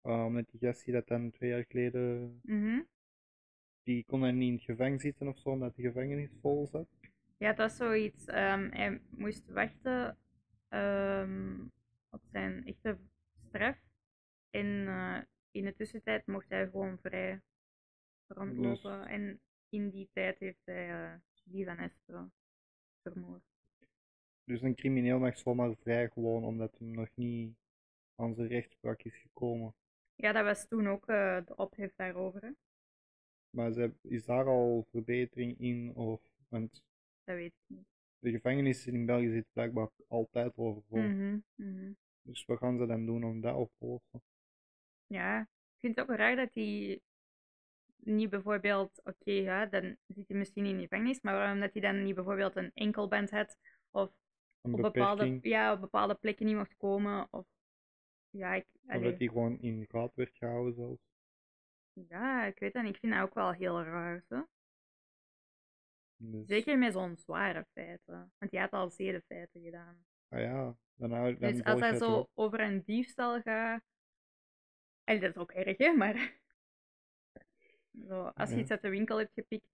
Speaker 1: Eh, omdat die gast die dat dan twee jaar geleden,
Speaker 2: mhm.
Speaker 1: die kon dan niet in het gevangen zitten of zo, omdat de gevangenis vol zat.
Speaker 2: Ja, dat was zoiets. ehm, hij moest wachten ehm, op zijn echte straf. En eh, in de tussentijd mocht hij gewoon vrij rondlopen.
Speaker 1: Dus-
Speaker 2: En in die tijd heeft hij eh, die van Espro vermoord.
Speaker 1: Dus een crimineel mag zomaar vrij gewoon, omdat hem nog niet aan zijn rechtspraak is gekomen.
Speaker 2: Ja, dat was toen ook eh, de ophef daarover. hè.
Speaker 1: Maar ze, is daar al verbetering in? Of, want
Speaker 2: Dat weet ik niet.
Speaker 1: de gevangenis in België zit blijkbaar altijd overvol.
Speaker 2: Mhm, mhm.
Speaker 1: Dus wat gaan ze dan doen om dat op te lossen?
Speaker 2: Ja, ik vind het ook raar dat hij niet bijvoorbeeld, oké, ja, dan zit hij misschien in de gevangenis, maar waarom dat hij dan niet bijvoorbeeld een enkelband had of
Speaker 1: Een
Speaker 2: op bepaalde,
Speaker 1: beperking?
Speaker 2: ja, op bepaalde plekken niet mocht komen of ja, ik,
Speaker 1: Of
Speaker 2: allee,
Speaker 1: dat die gewoon in de gaten werd gehouden zelfs?
Speaker 2: ja, ik weet dat niet. Ik vind dat ook wel heel raar, zo.
Speaker 1: Dus,
Speaker 2: Zeker met zo'n zware feiten. Want jij had al zere feiten gedaan.
Speaker 1: Ah ja, dan, hou- dan
Speaker 2: dus
Speaker 1: volg
Speaker 2: als
Speaker 1: je
Speaker 2: hij
Speaker 1: het
Speaker 2: zo
Speaker 1: ook.
Speaker 2: over een diefstal gaat. En dat is ook erg, hè, maar. Zo, als je
Speaker 1: Ja.
Speaker 2: iets uit de winkel hebt gepikt,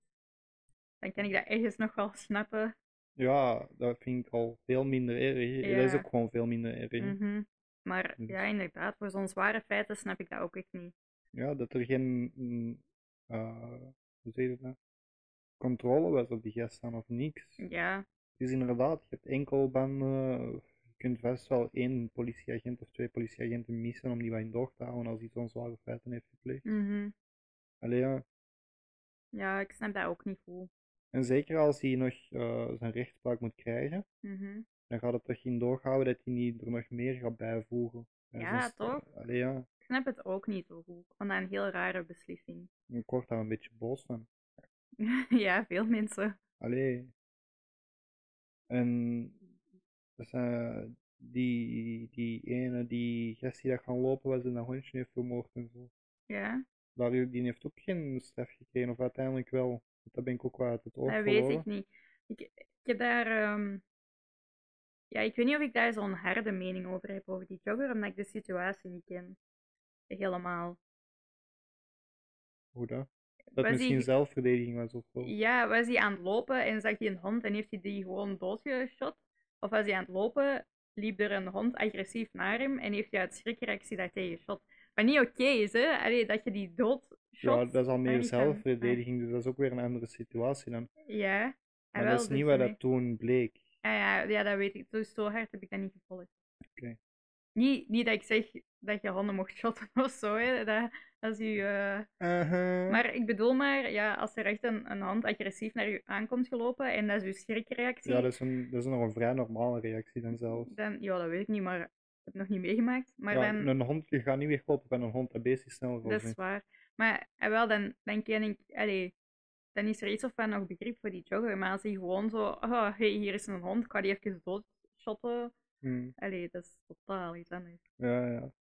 Speaker 2: dan kan ik dat ergens nog wel snappen.
Speaker 1: Ja, dat vind ik al veel minder erg. Dat is
Speaker 2: Ja.
Speaker 1: ook gewoon veel minder erg.
Speaker 2: Mhm. Maar
Speaker 1: Dus-
Speaker 2: ja, inderdaad, voor zo'n zware feiten snap ik dat ook echt niet.
Speaker 1: Ja, dat er geen, mm, eh, hoe zeg je dat nou? Controle was op die gast dan of niks.
Speaker 2: Ja,
Speaker 1: Dus inderdaad, je hebt enkel dan, eh, je kunt vast wel één politieagent of twee politieagenten missen om die wat in de oog te houden als hij zo'n zware feiten heeft gepleegd.
Speaker 2: mhm.
Speaker 1: Allee, ja.
Speaker 2: ja ik snap dat ook niet goed.
Speaker 1: En zeker als hij nog eh, zijn rechtspraak moet krijgen,
Speaker 2: Mhm.
Speaker 1: dan gaat het toch in de oog houden dat hij niet er nog meer gaat bijvoegen. En
Speaker 2: Ja,
Speaker 1: soms, eh,
Speaker 2: toch?
Speaker 1: Allee, ja,
Speaker 2: Ik snap het ook niet zo goed. Ik vond dat een heel rare beslissing.
Speaker 1: ik word daar een beetje boos van.
Speaker 2: ja, veel mensen.
Speaker 1: Allee. En dus, eh, die, die ene, die gast die dat gaan lopen was en dat hondje heeft vermoord en zo.
Speaker 2: Ja,
Speaker 1: Daar, die heeft ook geen straf gekregen, of uiteindelijk wel. Want Dat ben ik ook wel uit het oog
Speaker 2: dat
Speaker 1: verloren.
Speaker 2: weet ik niet. Ik, ik heb daar. ehm, Ja, ik weet niet of ik daar zo'n harde mening over heb over die jogger, omdat ik de situatie niet ken. Helemaal.
Speaker 1: Hoe dat? Dat
Speaker 2: Was
Speaker 1: misschien
Speaker 2: die-
Speaker 1: zelfverdediging was of zo.
Speaker 2: Ja, was hij aan het lopen en zag hij een hond en heeft hij die gewoon doodgeschot? Of was hij aan het lopen, liep er een hond agressief naar hem en heeft hij uit schrikreactie daartegen geschot? Wat niet oké is, hè? Allee, dat je die dood
Speaker 1: Ja, dat is al meer
Speaker 2: ik kan- nee.
Speaker 1: zelfverdediging, dus dat is ook weer een andere situatie dan.
Speaker 2: Ja.
Speaker 1: Maar
Speaker 2: jawel,
Speaker 1: dat is niet
Speaker 2: dus
Speaker 1: wat
Speaker 2: nee.
Speaker 1: dat toen bleek.
Speaker 2: Ah ja, ja, dat weet ik. Dus zo hard heb ik dat niet gevolgd.
Speaker 1: Oké.
Speaker 2: Niet, niet dat ik zeg dat je honden mocht shotten of zo. Hè. Dat, dat is je,
Speaker 1: Uh-huh.
Speaker 2: Maar ik bedoel maar, ja, als er echt een, een hand agressief naar je aankomt gelopen en dat is je schrikreactie,
Speaker 1: Ja, dat is, een, dat is nog een vrij normale reactie dan zelfs.
Speaker 2: dan, ja, dat weet ik niet, maar ik heb het nog niet meegemaakt. Maar
Speaker 1: ja,
Speaker 2: dan,
Speaker 1: Een hond, je gaat niet weglopen van een hond, dat beest is snel voor
Speaker 2: dat is waar. Maar ah, wel, dan, dan ken ik, allee, dan is er iets of wat nog begrip voor die jogger. Maar als hij gewoon zo, oh, hey, hier is een hond, ik ga die even doodshotten.
Speaker 1: Hmm.
Speaker 2: Allee, dat is totaal iets anders.
Speaker 1: Ja, ja.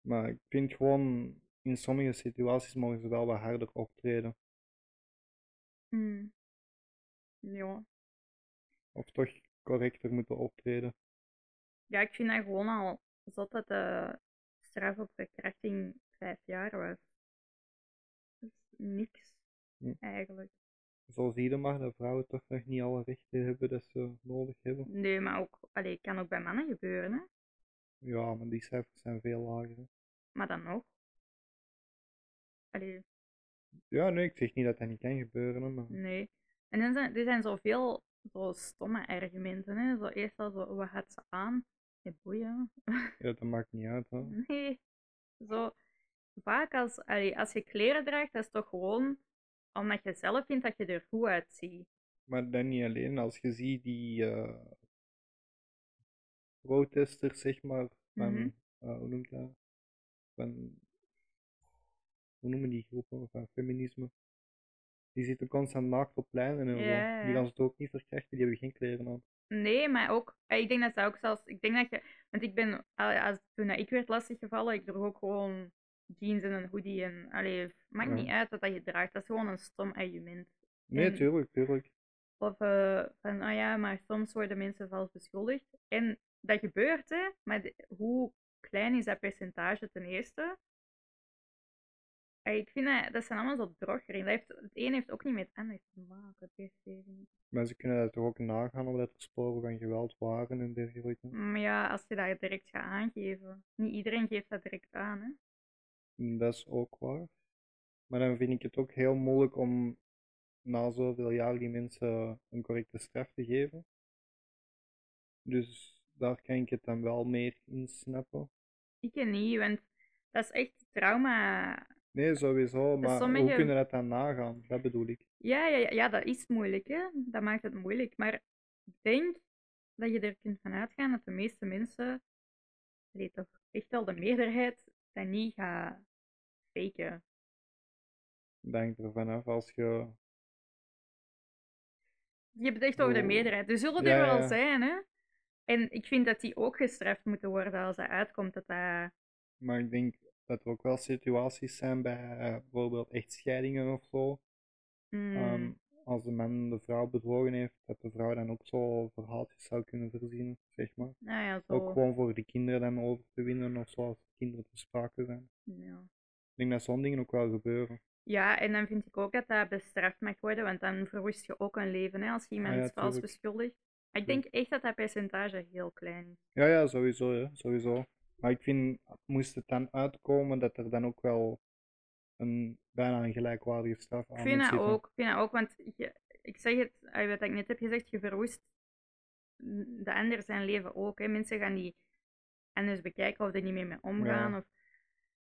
Speaker 1: Maar ik vind gewoon, in sommige situaties mogen ze wel wat harder optreden.
Speaker 2: Hmm. Ja.
Speaker 1: Of toch correcter moeten optreden.
Speaker 2: ja, ik vind dat gewoon al zot dat de straf op verkrachting vijf jaar was. Dat is niks,
Speaker 1: Hm.
Speaker 2: eigenlijk.
Speaker 1: Zo zie je maar dat vrouwen toch nog niet alle rechten hebben dat ze nodig hebben.
Speaker 2: Nee, maar ook, allee, kan ook bij mannen gebeuren, hè.
Speaker 1: Ja, maar die cijfers zijn veel lager. hè.
Speaker 2: Maar dan nog. Allee,
Speaker 1: Ja, nee, ik zeg niet dat dat niet kan gebeuren, hè, maar...
Speaker 2: nee. En dan zijn, er zijn zoveel zo stomme argumenten, hè. Zo eerst al zo, wat had ze aan? Ja, boeien.
Speaker 1: Ja, dat maakt niet uit, hè.
Speaker 2: Nee. Zo vaak als, allee, als je kleren draagt, dat is toch gewoon omdat je zelf vindt dat je er goed uitziet.
Speaker 1: Maar dan niet alleen, als je ziet die eh, protesters, zeg maar, van,
Speaker 2: Mhm.
Speaker 1: eh, hoe noemt dat? Van, hoe noemen die groepen van feminisme? Die zitten constant naakt op pleinen en
Speaker 2: Ja,
Speaker 1: zo. Die
Speaker 2: ja.
Speaker 1: gaan ze toch ook niet verkrachten, die hebben geen kleren aan.
Speaker 2: Nee, maar ook, eh, ik denk dat dat ook zelfs, ik denk dat je, want ik ben, allee, als, toen dat ik werd lastiggevallen, ik droeg ook gewoon jeans en een hoodie en, allee, maakt
Speaker 1: Ja.
Speaker 2: niet uit wat dat je draagt, dat is gewoon een stom argument.
Speaker 1: Nee,
Speaker 2: En-
Speaker 1: tuurlijk, tuurlijk.
Speaker 2: Of eh, van, oh ja, maar soms worden mensen vals beschuldigd. En dat gebeurt, hè. Maar de- hoe klein is dat percentage ten eerste? Eh, Ik vind dat, dat zijn allemaal zo drogering. Dat heeft, het een heeft ook niet met het ander te maken, per se. vind ik.
Speaker 1: Maar ze kunnen dat toch ook nagaan omdat er sporen van geweld waren en dergelijke.
Speaker 2: Maar Mm, ja, als je dat direct gaat aangeven. Niet iedereen geeft dat direct aan, hè.
Speaker 1: Mm, Dat is ook waar. Maar dan vind ik het ook heel moeilijk om na zoveel jaar die mensen een correcte straf te geven. Dus daar kan ik het dan wel meer in snappen.
Speaker 2: Ik ken niet, want dat is echt trauma.
Speaker 1: Nee, sowieso, maar hoe
Speaker 2: Dus sommige-
Speaker 1: kunnen dat dan nagaan? Dat bedoel ik.
Speaker 2: Ja, ja, ja, ja, dat is moeilijk, hè. Dat maakt het moeilijk. Maar ik denk dat je er kunt van uitgaan dat de meeste mensen, allee, toch echt wel de meerderheid, dat niet gaat faken.
Speaker 1: Dat hangt er vanaf als je...
Speaker 2: Je hebt het echt over de
Speaker 1: Oh.
Speaker 2: meerderheid. Er zullen
Speaker 1: Ja,
Speaker 2: er
Speaker 1: ja,
Speaker 2: wel
Speaker 1: ja.
Speaker 2: zijn, hè. En ik vind dat die ook gestraft moeten worden als dat uitkomt dat dat...
Speaker 1: Maar ik denk dat er ook wel situaties zijn bij eh, bijvoorbeeld echtscheidingen of zo.
Speaker 2: Hmm,
Speaker 1: Ehm, als de man de vrouw bedrogen heeft, dat de vrouw dan ook zo verhaaltjes zou kunnen verzinnen, zeg maar.
Speaker 2: Nou ja, zo.
Speaker 1: Ook gewoon voor de kinderen dan over te winnen of zo, als de kinderen te sprake zijn.
Speaker 2: Ja.
Speaker 1: Ik denk dat zo'n dingen ook wel gebeuren.
Speaker 2: Ja, en dan vind ik ook dat dat bestraft mag worden, want dan verwoest je ook een leven hè, als je iemand
Speaker 1: Ah, ja,
Speaker 2: vals
Speaker 1: tuurlijk.
Speaker 2: beschuldigt. Maar ik denk echt dat dat percentage heel klein is.
Speaker 1: Ja, ja, sowieso, ja, sowieso. Maar ik vind, moest het dan uitkomen dat er dan ook wel een bijna een gelijkwaardige straf aan
Speaker 2: Ik vind
Speaker 1: moet
Speaker 2: dat
Speaker 1: zitten.
Speaker 2: ook, ik vind dat ook want je, ik zeg het, eh, wat ik net heb gezegd, je verwoest de ander zijn leven ook. Hè. Mensen gaan die anders bekijken of er niet meer mee omgaan.
Speaker 1: Ja.
Speaker 2: Of,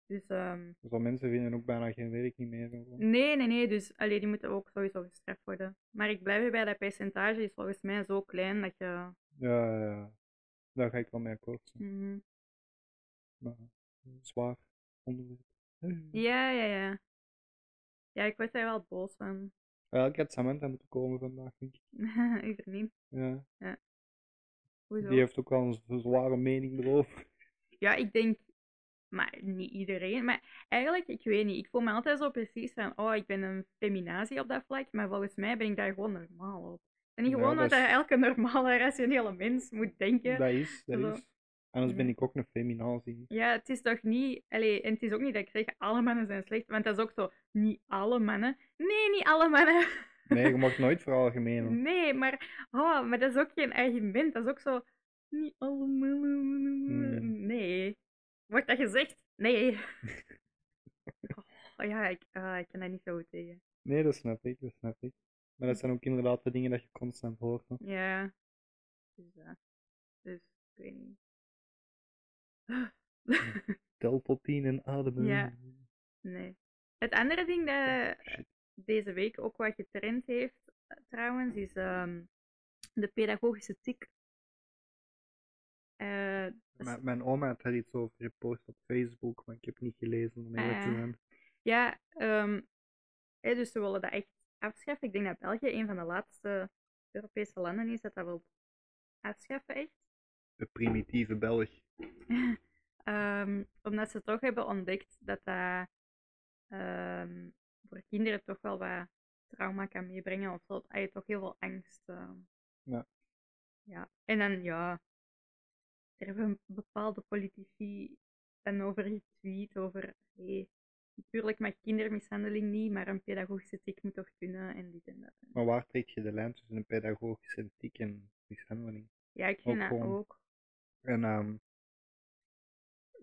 Speaker 2: dus ehm,
Speaker 1: Zo mensen vinden ook bijna geen werk niet meer. en zo.
Speaker 2: nee, nee, nee, dus allee, die moeten ook sowieso gestraft worden. Maar ik blijf erbij, dat percentage is volgens mij zo klein dat je...
Speaker 1: Ja, ja, ja. Daar ga ik wel mee akkoord. zijn.
Speaker 2: mhm.
Speaker 1: Maar, eh, zwaar onderwerp.
Speaker 2: Ja, ja, ja. Ja, ik word daar wel boos van.
Speaker 1: Wel, ik had Samantha moeten komen vandaag, denk ik.
Speaker 2: Even niet.
Speaker 1: Ja.
Speaker 2: Hoezo?
Speaker 1: Die heeft ook wel een z- zware mening erover.
Speaker 2: Ja, ik denk, maar niet iedereen. Maar eigenlijk, ik weet niet. Ik voel me altijd zo precies van, oh, ik ben een feminazie op dat vlak. Maar volgens mij ben ik daar gewoon normaal op. En niet
Speaker 1: Ja,
Speaker 2: gewoon
Speaker 1: dat
Speaker 2: wat
Speaker 1: is-
Speaker 2: elke normale, rationele mens moet denken.
Speaker 1: Dat is, dat
Speaker 2: Zo.
Speaker 1: is. Anders ben
Speaker 2: Mhm.
Speaker 1: ik ook een feminazi.
Speaker 2: Ja, het is toch niet. Allee, en het is ook niet dat ik zeg alle mannen zijn slecht, want dat is ook zo. Niet alle mannen. Nee, niet alle mannen.
Speaker 1: Nee, je mag nooit veralgemenen.
Speaker 2: Nee, maar, oh, maar dat is ook geen argument. Dat is ook zo. Niet allemaal.
Speaker 1: Hmm.
Speaker 2: Nee. Wordt dat gezegd? Nee. Oh, ja, ik, ah, ik kan daar niet zo goed tegen.
Speaker 1: Nee, dat snap ik, dat snap ik. Maar dat zijn ook inderdaad de dingen dat je constant hoort. hè.
Speaker 2: Ja. Dus, eh, dus ik weet niet.
Speaker 1: Tel tot tien en ademen.
Speaker 2: Ja. Nee. Het andere ding dat
Speaker 1: Shit.
Speaker 2: deze week ook wat getraind heeft, eh, trouwens, is ehm, de pedagogische tik. Eh, dat is-
Speaker 1: M- mijn oma had daar iets over gepost op Facebook, maar ik heb niet gelezen om eerlijk te
Speaker 2: Ah.
Speaker 1: zijn.
Speaker 2: Ja, ehm, hè, dus ze willen dat echt afschaffen. Ik denk dat België een van de laatste Europese landen is dat dat wil afschaffen, echt.
Speaker 1: De primitieve Belg.
Speaker 2: Ehm, omdat ze toch hebben ontdekt dat dat ehm, voor kinderen toch wel wat trauma kan meebrengen of zo. Dat je toch heel veel angst. ehm.
Speaker 1: Ja.
Speaker 2: ja. En dan, ja, er hebben bepaalde politici dan over getweet, over hey, natuurlijk mag kindermishandeling niet, maar een pedagogische tik moet toch kunnen en dit en dat.
Speaker 1: Maar waar trek je de lijn tussen een pedagogische ethiek en mishandeling?
Speaker 2: Ja, ik vind
Speaker 1: Ook
Speaker 2: dat
Speaker 1: gewoon.
Speaker 2: ook.
Speaker 1: En ehm,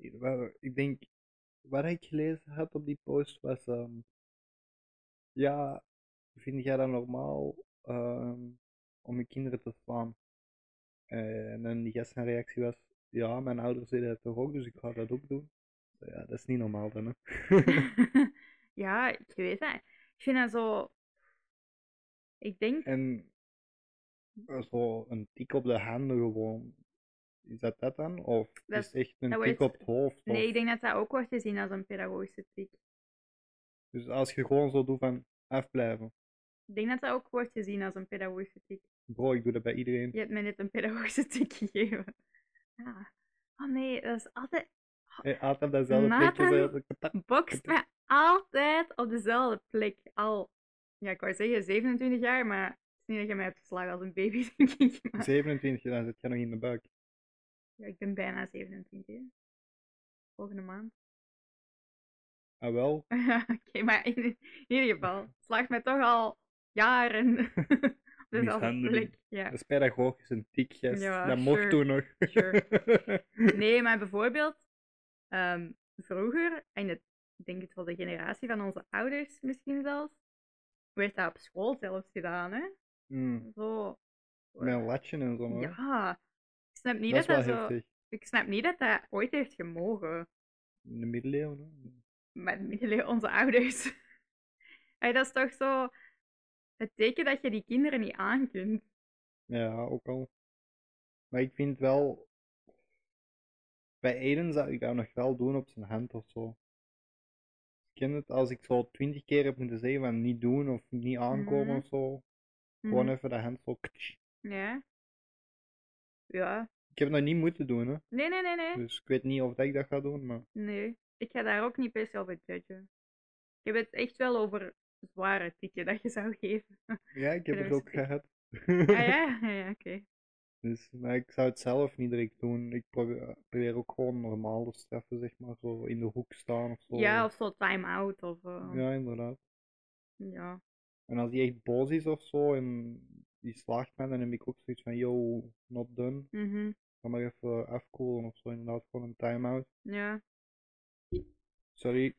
Speaker 1: i- wa- ik denk, wat ik gelezen had op die post was, ehm, ja, vind jij dat normaal ehm, om je kinderen te slaan? En dan die gast zijn reactie was, ja, mijn ouders deden dat toch ook, dus ik ga dat ook doen. Ja, dat is niet normaal dan, hè.
Speaker 2: ja, ik weet dat. Ik vind dat zo. Ik denk
Speaker 1: En eh, zo een tik op de handen gewoon, is dat dat dan? Of
Speaker 2: Dat-
Speaker 1: is het echt een
Speaker 2: dat
Speaker 1: tik op
Speaker 2: wordt-
Speaker 1: het hoofd? of-
Speaker 2: Nee, ik denk dat dat ook wordt gezien als een pedagogische tik.
Speaker 1: Dus als je gewoon zo doet van afblijven.
Speaker 2: Ik denk dat dat ook wordt gezien als een pedagogische tik.
Speaker 1: Bro, ik doe dat bij iedereen.
Speaker 2: Je hebt mij net een pedagogische tik gegeven. Ja. Oh nee, dat is altijd...
Speaker 1: Hey, altijd dezelfde
Speaker 2: Nathan-
Speaker 1: plekjes. hè. Katak.
Speaker 2: Bokst mij altijd op dezelfde plek. Al, ja, ik wou zeggen 27 jaar, maar het is niet dat je mij hebt geslagen als een baby, denk ik. Maar...
Speaker 1: 27, dan zit je nog in de buik.
Speaker 2: Ja, ik ben bijna 27, hè. Volgende maand.
Speaker 1: Ah wel,
Speaker 2: Oké, maar in, in ieder geval, slaagt mij toch al jaren op dezelfde
Speaker 1: Mishandeling.
Speaker 2: plek. Ja.
Speaker 1: dat is pedagogisch een tik, gast.
Speaker 2: Ja,
Speaker 1: dat mocht
Speaker 2: sure,
Speaker 1: toen nog.
Speaker 2: Nee, maar bijvoorbeeld ehm, vroeger, en het, ik denk het wel de generatie van onze ouders misschien zelfs, werd dat op school zelfs gedaan, hè?
Speaker 1: Mm,
Speaker 2: Zo. eh,
Speaker 1: met een latje en zo. hoor.
Speaker 2: Ja. Ik snap niet
Speaker 1: dat is
Speaker 2: dat
Speaker 1: wel
Speaker 2: dat, zo,
Speaker 1: heftig.
Speaker 2: ik snap niet dat dat ooit heeft gemogen.
Speaker 1: In de middeleeuwen. hè.
Speaker 2: Met middeleeuwen onze ouders. Hey, dat is toch zo het teken dat je die kinderen niet aankunt.
Speaker 1: Ja, ook al. Maar ik vind wel. Bij Eden zou ik dat nog wel doen op zijn hand of zo. Ik ken het als ik zo twintig keer heb moeten zeggen van niet doen of niet aankomen
Speaker 2: Mhm.
Speaker 1: of zo.
Speaker 2: Hm,
Speaker 1: Gewoon even de hand zo. ktsch.
Speaker 2: Ja. Ja.
Speaker 1: Ik heb het nog niet moeten doen, hè.
Speaker 2: Nee, nee, nee, nee.
Speaker 1: Dus ik weet niet of dat ik dat ga doen, maar
Speaker 2: Nee, ik ga daar ook niet per se over judgen. Ik heb het echt wel over zware tikje dat je zou geven.
Speaker 1: Ja, ik heb het ook
Speaker 2: Rustig.
Speaker 1: gehad.
Speaker 2: Ah ja, ja, ja, oké.
Speaker 1: Dus, maar ik zou het zelf niet direct doen. Ik probeer, probeer ook gewoon normale straffen, zeg maar, zo in de hoek staan of zo.
Speaker 2: Ja, of zo time-out of... eh, ja.
Speaker 1: Oh. Ja, inderdaad. En als die echt boos is of zo en die slaagt mij, dan heb ik ook zoiets van, yo, not done.
Speaker 2: mhm,
Speaker 1: Ga maar even afkoelen of zo, inderdaad, gewoon een time-out.
Speaker 2: ja.
Speaker 1: Sorry.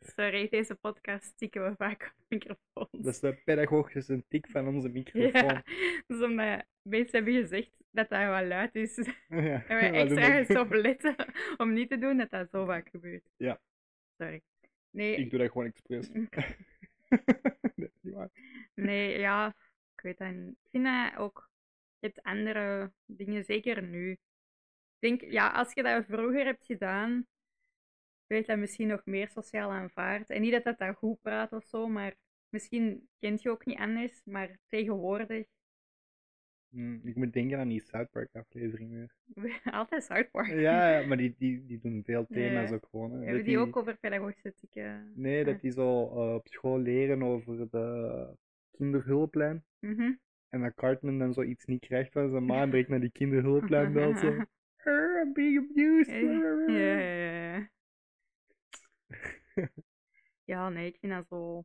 Speaker 2: Sorry, deze podcast stikken we vaak op microfoons.
Speaker 1: Dat is de pedagogische tik van onze microfoon.
Speaker 2: Ja, dus omdat mensen hebben gezegd dat dat wel luid is.
Speaker 1: Ja.
Speaker 2: En we
Speaker 1: wat doen we?
Speaker 2: extra ergens op letten om niet te doen dat dat zo vaak gebeurt.
Speaker 1: Ja.
Speaker 2: Sorry. Nee,
Speaker 1: Ik doe dat gewoon expres. Dat is niet waar.
Speaker 2: Nee, ja, ik weet dat niet. Ik vind dat ook, je hebt andere dingen, zeker nu. Ik denk, ja, als je dat vroeger hebt gedaan, weet dat misschien nog meer sociaal aanvaard. En niet dat dat dan goed praat of zo, maar misschien kent je ook niet anders, maar tegenwoordig,
Speaker 1: Mm, ik moet denken aan die South Park aflevering weer.
Speaker 2: altijd South Park.
Speaker 1: Ja, ja, maar die, die, die doen veel thema's
Speaker 2: Ja.
Speaker 1: ook gewoon. hè.
Speaker 2: Hebben
Speaker 1: Dat
Speaker 2: die ook over pedagogische etieken?
Speaker 1: Nee, dat die zo eh, op school leren over de kinderhulplijn.
Speaker 2: Mhm.
Speaker 1: En dat Cartman dan zoiets niet krijgt van zijn ma en direct naar die kinderhulplijn belt zo. "Eh, I'm being abused.
Speaker 2: Ja, ja, ja, ja. Ja, nee, ik vind dat zo.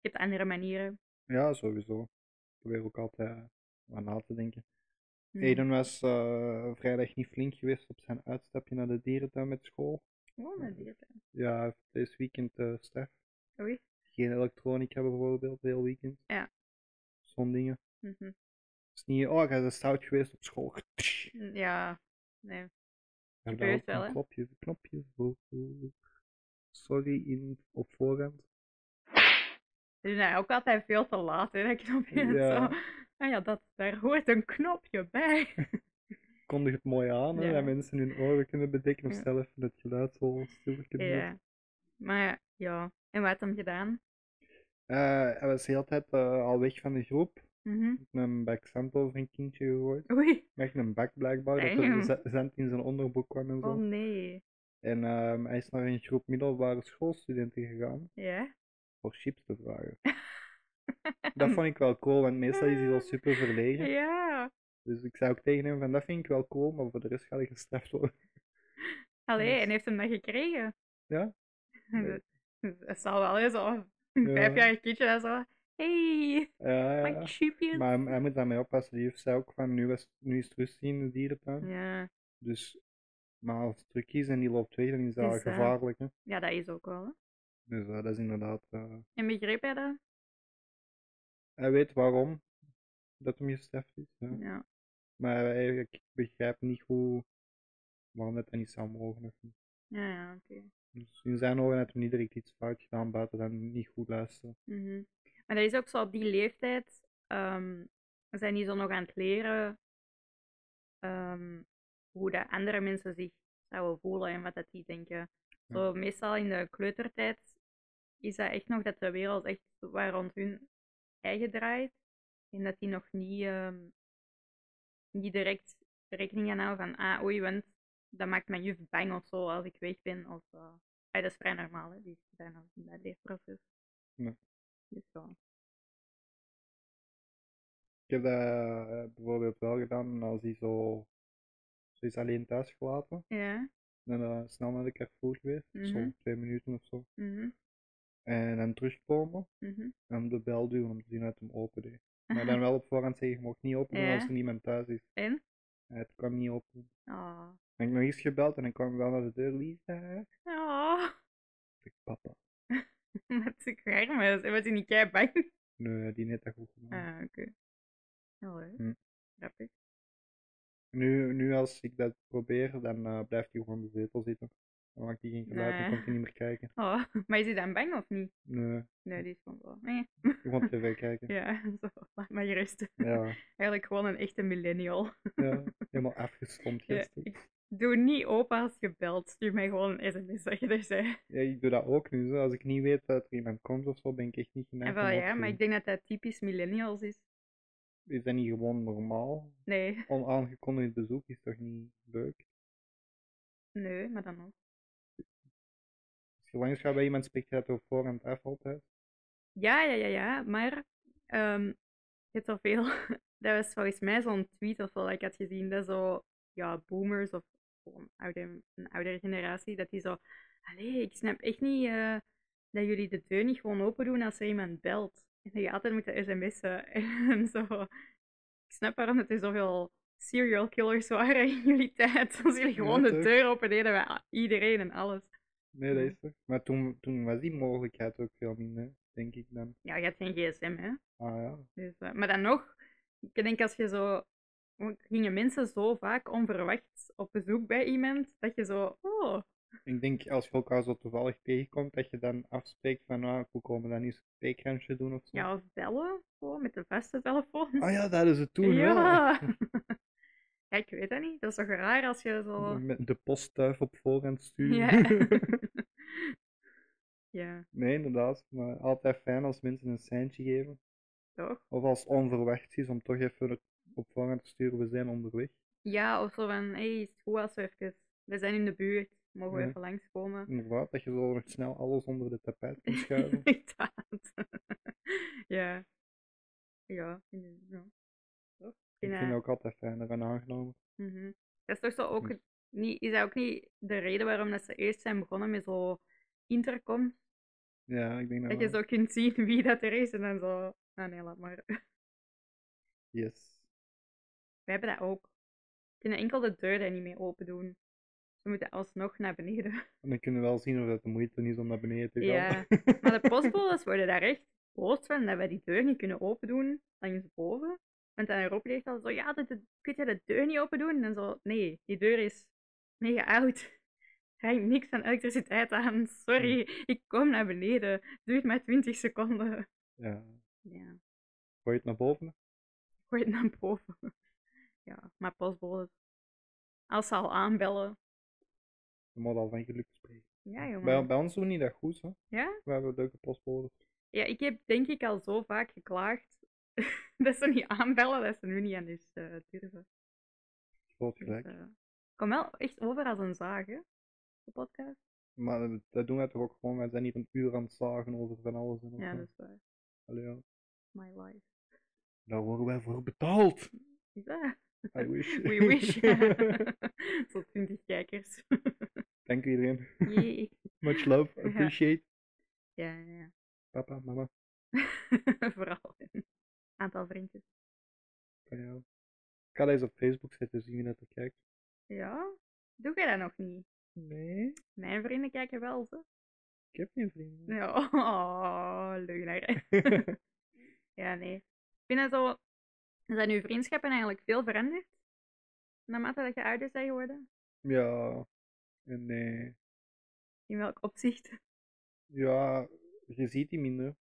Speaker 2: Je hebt andere manieren.
Speaker 1: Ja, sowieso. Ik probeer ook altijd aan na te denken.
Speaker 2: Hm.
Speaker 1: Aiden was eh, vrijdag niet flink geweest op zijn uitstapje naar de dierentuin met school.
Speaker 2: Oh, dat is het.
Speaker 1: Ja, hij heeft deze weekend eh straf.
Speaker 2: Oei.
Speaker 1: Geen elektronica bijvoorbeeld, heel weekend.
Speaker 2: Ja.
Speaker 1: Zo'n dingen.
Speaker 2: Mhm.
Speaker 1: Het is niet, oh, hij is stout geweest op school. En
Speaker 2: Ja, nee.
Speaker 1: dan
Speaker 2: Gebeurt
Speaker 1: ook een
Speaker 2: wel, hè?
Speaker 1: Knopje, knopje. voor- voor- Sorry in, op voorhand.
Speaker 2: Ze doen dat ook altijd veel te laat, hè, dat knopje en
Speaker 1: Ja.
Speaker 2: zo. Ah ja, dat, daar hoort een knopje bij.
Speaker 1: Kondig het mooi aan, hè,
Speaker 2: Ja.
Speaker 1: dat mensen hun oren kunnen bedekken of
Speaker 2: Ja.
Speaker 1: zelf het geluid zo stil kunnen doen.
Speaker 2: ja. Maar ja, en wat had hem gedaan?
Speaker 1: Eh, hij was de hele tijd eh, al weg van de groep. Ik
Speaker 2: Mhm.
Speaker 1: heb hem bij zand over een kindje gegooid.
Speaker 2: Oei,
Speaker 1: Maar Echt een bak blijkbaar, dat er
Speaker 2: Damn.
Speaker 1: za- zand in zijn onderbroek kwam en zo.
Speaker 2: oh nee.
Speaker 1: En ehm, hij is naar een groep middelbare schoolstudenten gegaan
Speaker 2: Ja?
Speaker 1: voor chips te vragen. Dat vond ik wel cool, want meestal is hij wel super verlegen.
Speaker 2: Ja.
Speaker 1: Dus ik zei ook tegen hem van dat vind ik wel cool, maar voor de rest ga ik gestraft worden.
Speaker 2: Allee,
Speaker 1: Yes.
Speaker 2: en heeft hem dat gekregen?
Speaker 1: Ja? Nee.
Speaker 2: Dat- Dat zal wel eens al.
Speaker 1: Ja.
Speaker 2: Een vijfjarig kindje dat zo. Hey,
Speaker 1: Ja, ja,
Speaker 2: mijn
Speaker 1: ja.
Speaker 2: chipjes.
Speaker 1: Maar hij, hij moet daarmee oppassen. Die heeft zei ook van nu, was, nu is het rustig in de dierentuin.
Speaker 2: Ja.
Speaker 1: Dus, maar als het druk is en die loopt weg, dan is dat
Speaker 2: Is dat-
Speaker 1: gevaarlijk. Hè?
Speaker 2: ja, dat is ook wel. Hè.
Speaker 1: Dus eh, dat is inderdaad. eh,
Speaker 2: En begreep jij dat?
Speaker 1: hij weet waarom dat hem gestraft is. ja.
Speaker 2: Ja.
Speaker 1: Maar eh, ik begrijp niet hoe waarom dat, dat niet zou mogen. of niet.
Speaker 2: Ja, ja, oké.
Speaker 1: Dus in zijn ogen had hij niet direct iets fout gedaan buiten dan niet goed luisteren.
Speaker 2: Mhm. Maar dat is ook zo op die leeftijd. ehm, we zijn die zo nog aan het leren ehm, hoe dat andere mensen zich zouden voelen en wat dat die denken.
Speaker 1: Ja.
Speaker 2: Zo, meestal in de kleutertijd is dat echt nog dat de wereld echt waar rond hun eigen draait. En dat die nog niet, ehm, niet direct rekening gaan houden van ah oei, want dat maakt mijn juf bang of zo als ik weg ben. Of, eh, ah, dat is vrij normaal, hè. die zijn al in dat leerproces.
Speaker 1: Ja.
Speaker 2: Dus zo.
Speaker 1: Ik heb dat eh, bijvoorbeeld wel gedaan als hij zo, zo is alleen thuis gelaten.
Speaker 2: Ja.
Speaker 1: En dan eh, snel naar de Carrefour geweest,
Speaker 2: Mhm.
Speaker 1: zo twee minuten of zo.
Speaker 2: mhm,
Speaker 1: En dan terugkomen
Speaker 2: mhm.
Speaker 1: en de bel duwen om te zien dat hij hem open deed. Maar dan wel op voorhand zeggen, je mag niet open doen
Speaker 2: Ja.
Speaker 1: als er niemand thuis is.
Speaker 2: En?
Speaker 1: En het kwam niet open.
Speaker 2: Oh.
Speaker 1: En ik nog eens gebeld en dan kwam hij wel naar de deur, Lisa. Ik
Speaker 2: Oh.
Speaker 1: zeg, papa.
Speaker 2: Wat is raar, maar dat was hij niet kei bang.
Speaker 1: Nee, eh, die net dat goed gedaan.
Speaker 2: Ah, oké. Heel leuk.
Speaker 1: Hm.
Speaker 2: Grappig.
Speaker 1: Nu, nu als ik dat probeer, dan eh, blijft hij gewoon in de zetel zitten. Dan maakt hij geen geluid, dan
Speaker 2: Nee.
Speaker 1: komt hij niet meer kijken.
Speaker 2: Oh, maar is hij dan bang of niet?
Speaker 1: Nee,
Speaker 2: Nee, die is gewoon zo. Nee.
Speaker 1: gewoon tv kijken.
Speaker 2: Ja, zo. Laat maar gerust.
Speaker 1: Ja,
Speaker 2: Eigenlijk gewoon een echte millennial.
Speaker 1: ja. helemaal afgestomd
Speaker 2: Ja,
Speaker 1: gisteren.
Speaker 2: ik doe niet open als je belt. Stuur mij gewoon een sms dat je er bent.
Speaker 1: Ja, ik doe dat ook nu. Zo. Als ik niet weet dat er iemand komt of zo, ben ik echt niet
Speaker 2: En
Speaker 1: geneigd
Speaker 2: Ah, wel
Speaker 1: om op
Speaker 2: ja,
Speaker 1: te
Speaker 2: maar
Speaker 1: doen.
Speaker 2: ik denk dat dat typisch millennials is.
Speaker 1: Is dat niet gewoon normaal?
Speaker 2: Nee,
Speaker 1: Onaangekondigd bezoek is toch niet leuk?
Speaker 2: nee, maar dan ook.
Speaker 1: Dus je langs gaat bij iemand, spreekt je dat ook voor en af altijd.
Speaker 2: Ja, ja, ja, ja. Maar ehm je hebt al veel. dat was volgens mij zo'n tweet of zo dat ik had gezien. Dat zo, ja, boomers of gewoon oude, een oudere generatie, dat die zo. Allee, ik snap echt niet eh, dat jullie de deur niet gewoon open doen als er iemand belt. En dat je altijd moet sms'en. En zo. Ik snap waarom dat er zoveel serial killers waren in jullie tijd. Als jullie gewoon de
Speaker 1: toch?
Speaker 2: deur open deden bij a- iedereen en alles.
Speaker 1: Nee, dat
Speaker 2: Ja.
Speaker 1: is er. Maar toen, toen was die mogelijkheid ook veel minder, denk ik dan.
Speaker 2: Ja, je had geen gsm, hè?
Speaker 1: Ah ja.
Speaker 2: Dus, eh, maar dan nog, ik denk als je zo. want er gingen mensen zo vaak onverwachts op bezoek bij iemand, dat je zo. Oh,
Speaker 1: Ik denk als je elkaar zo toevallig tegenkomt, dat je dan afspreekt van, nou, we komen dan eens een spreekgrensje doen of zo.
Speaker 2: ja, of bellen, gewoon oh, met een vaste telefoon.
Speaker 1: Ah ja, dat is het toen wel.
Speaker 2: ja. Ja, ik weet dat niet. Dat is toch raar als je zo.
Speaker 1: Met de poststuif op voorhand sturen.
Speaker 2: Ja. ja,
Speaker 1: nee, inderdaad. Maar altijd fijn als mensen een seintje geven.
Speaker 2: toch?
Speaker 1: Of als het onverwachts is om toch even het op voorhand te sturen, we zijn onderweg.
Speaker 2: Ja, of zo van. hey, is het goed als we even. We zijn in de buurt, mogen we
Speaker 1: Ja.
Speaker 2: even langskomen?
Speaker 1: Inderdaad, dat je zo nog snel alles onder de tapijt kunt schuiven.
Speaker 2: Inderdaad. ja. Ja, inderdaad, ja. Toch?
Speaker 1: Ik vind het ook altijd fijner en aangenamer.
Speaker 2: Mhm. Dat is toch zo ook
Speaker 1: Dus-
Speaker 2: niet, is dat ook niet de reden waarom dat ze eerst zijn begonnen met zo intercom?
Speaker 1: Ja, ik denk dat
Speaker 2: Dat je
Speaker 1: wel.
Speaker 2: zo kunt zien wie dat er is en dan zo, ah nee, laat maar.
Speaker 1: Yes.
Speaker 2: We hebben dat ook. We kunnen enkel de deuren niet meer open doen. We moeten alsnog naar beneden.
Speaker 1: En dan kunnen we wel zien of dat de moeite is om naar beneden te gaan.
Speaker 2: Ja, Maar de postbodes worden daar echt boos van dat wij die deur niet kunnen open doen langsboven. Want dan erop ligt al zo, ja, dat, dat, kun je de deur niet open doen? En zo, nee, die deur is mega oud. Er hangt niks van elektriciteit aan. Sorry, ik kom naar beneden. Duurt maar 20 seconden.
Speaker 1: ja.
Speaker 2: Ja,
Speaker 1: Gooi het naar boven.
Speaker 2: gooi het naar boven. Ja, maar postbodes. Als ze al aanbellen.
Speaker 1: Dan moet al van geluk spreken.
Speaker 2: Ja, jongen.
Speaker 1: Bij, bij ons doen die dat goed, hè?
Speaker 2: Ja?
Speaker 1: We hebben leuke postbodes.
Speaker 2: Ja, ik heb denk ik al zo vaak geklaagd dat ze niet aanbellen, dat ze nu niet anders eh durven.
Speaker 1: Groot
Speaker 2: Dus,
Speaker 1: gelijk.
Speaker 2: eh, ik kom wel echt over als een zaag, hè? De podcast.
Speaker 1: Maar dat- dat doen we toch ook gewoon. Wij zijn hier een uur aan het zagen over van alles. En nog wat.
Speaker 2: Ja, dat is waar.
Speaker 1: Allee, ja.
Speaker 2: My life.
Speaker 1: Daar worden wij voor betaald.
Speaker 2: Is dat?
Speaker 1: I wish.
Speaker 2: We wish. Zo 20 kijkers.
Speaker 1: Dank u iedereen.
Speaker 2: Jee.
Speaker 1: Much love.
Speaker 2: Ja.
Speaker 1: Appreciate.
Speaker 2: Ja, ja.
Speaker 1: Papa, mama.
Speaker 2: ja. Vooral een aantal vriendjes.
Speaker 1: van jou. Ik ga dat eens op Facebook zetten, zien wie dat er kijkt.
Speaker 2: Ja? Doe jij dat nog niet?
Speaker 1: Nee,
Speaker 2: Mijn vrienden kijken wel, ze.
Speaker 1: ik heb geen vrienden.
Speaker 2: Ja, oh, leugenaar. ja, nee. Ik vind dat zo... Zijn uw vriendschappen eigenlijk veel veranderd? Naarmate dat je ouder bent geworden?
Speaker 1: Ja, en nee.
Speaker 2: In welk opzicht?
Speaker 1: Ja, je ziet die minder.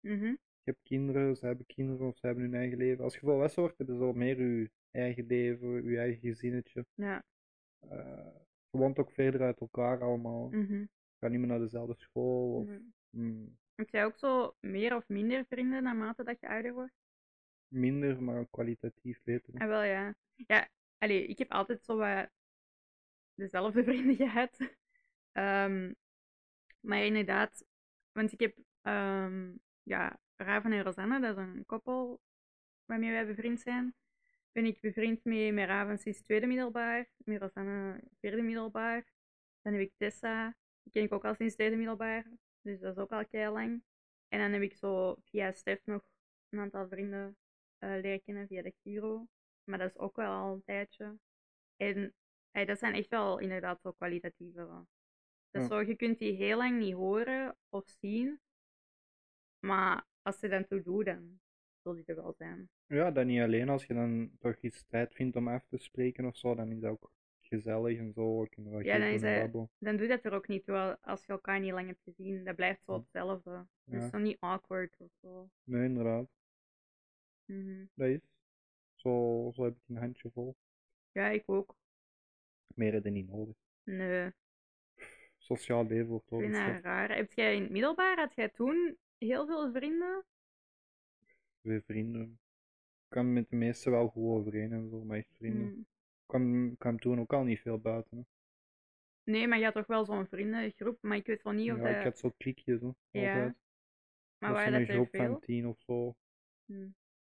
Speaker 2: Mhm.
Speaker 1: Je hebt kinderen, ze hebben kinderen of ze hebben hun eigen leven. Als je volwassen wordt, heb je zo meer je eigen leven, je eigen gezinnetje.
Speaker 2: Ja.
Speaker 1: Eh, je woont ook verder uit elkaar allemaal. Je
Speaker 2: mhm.
Speaker 1: gaat niet meer naar dezelfde school. Of,
Speaker 2: Mhm.
Speaker 1: mm,
Speaker 2: Heb jij ook zo meer of minder vrienden naarmate dat je ouder wordt?
Speaker 1: minder, maar kwalitatief beter.
Speaker 2: Ah, wel ja. Ja, allee, ik heb altijd zo wat dezelfde vrienden gehad. Ehm, maar inderdaad, want ik heb ehm, ja, Raven en Rosanna, dat is een koppel waarmee wij bevriend zijn. Ben ik bevriend mee met Raven sinds tweede middelbaar, met Rosanna vierde middelbaar. Dan heb ik Tessa, die ken ik ook al sinds tweede middelbaar, dus dat is ook al kei lang. En dan heb ik zo via Stef nog een aantal vrienden eh leren kennen via de Giro. Maar dat is ook wel al een tijdje. En ey, dat zijn echt wel inderdaad zo kwalitatieve. wel. Dus
Speaker 1: Ja.
Speaker 2: zo, je kunt die heel lang niet horen of zien. Maar als ze dan toe doet, dan zal die er wel zijn.
Speaker 1: Ja, dat niet alleen. Als je dan toch iets tijd vindt om af te spreken of zo, dan is dat ook gezellig en zo. We kunnen wel
Speaker 2: Ja, dan
Speaker 1: geven
Speaker 2: is
Speaker 1: en
Speaker 2: dat-
Speaker 1: babbelen.
Speaker 2: Dan doet dat er ook niet toe al- als je elkaar niet lang hebt gezien. Dat blijft zo
Speaker 1: Ja.
Speaker 2: hetzelfde.
Speaker 1: Hm.
Speaker 2: Dus
Speaker 1: Ja.
Speaker 2: zo niet awkward of zo.
Speaker 1: Nee, inderdaad.
Speaker 2: Mhm.
Speaker 1: Dat is. Zo, zo heb ik een handje vol.
Speaker 2: Ja, ik ook.
Speaker 1: Meer heb je niet nodig.
Speaker 2: Nee.
Speaker 1: Sociaal leven wordt
Speaker 2: Ik vind dat
Speaker 1: overschat.
Speaker 2: raar. Heb jij in het middelbaar, had jij toen heel veel vrienden?
Speaker 1: Twee vrienden. Ik kwam met de meesten wel goed overeen en zo, maar echt vrienden.
Speaker 2: Mm.
Speaker 1: Ik kwam, kwam toen ook al niet veel buiten. hè.
Speaker 2: Nee, maar je had toch wel zo'n vriendengroep, maar ik weet wel niet of
Speaker 1: Ja,
Speaker 2: dat...
Speaker 1: ik had zo klikjes, hè.
Speaker 2: Ja,
Speaker 1: altijd. Dat
Speaker 2: maar
Speaker 1: was
Speaker 2: waren
Speaker 1: in
Speaker 2: dat
Speaker 1: een
Speaker 2: er
Speaker 1: groep
Speaker 2: veel?
Speaker 1: van tien of zo.
Speaker 2: Hm.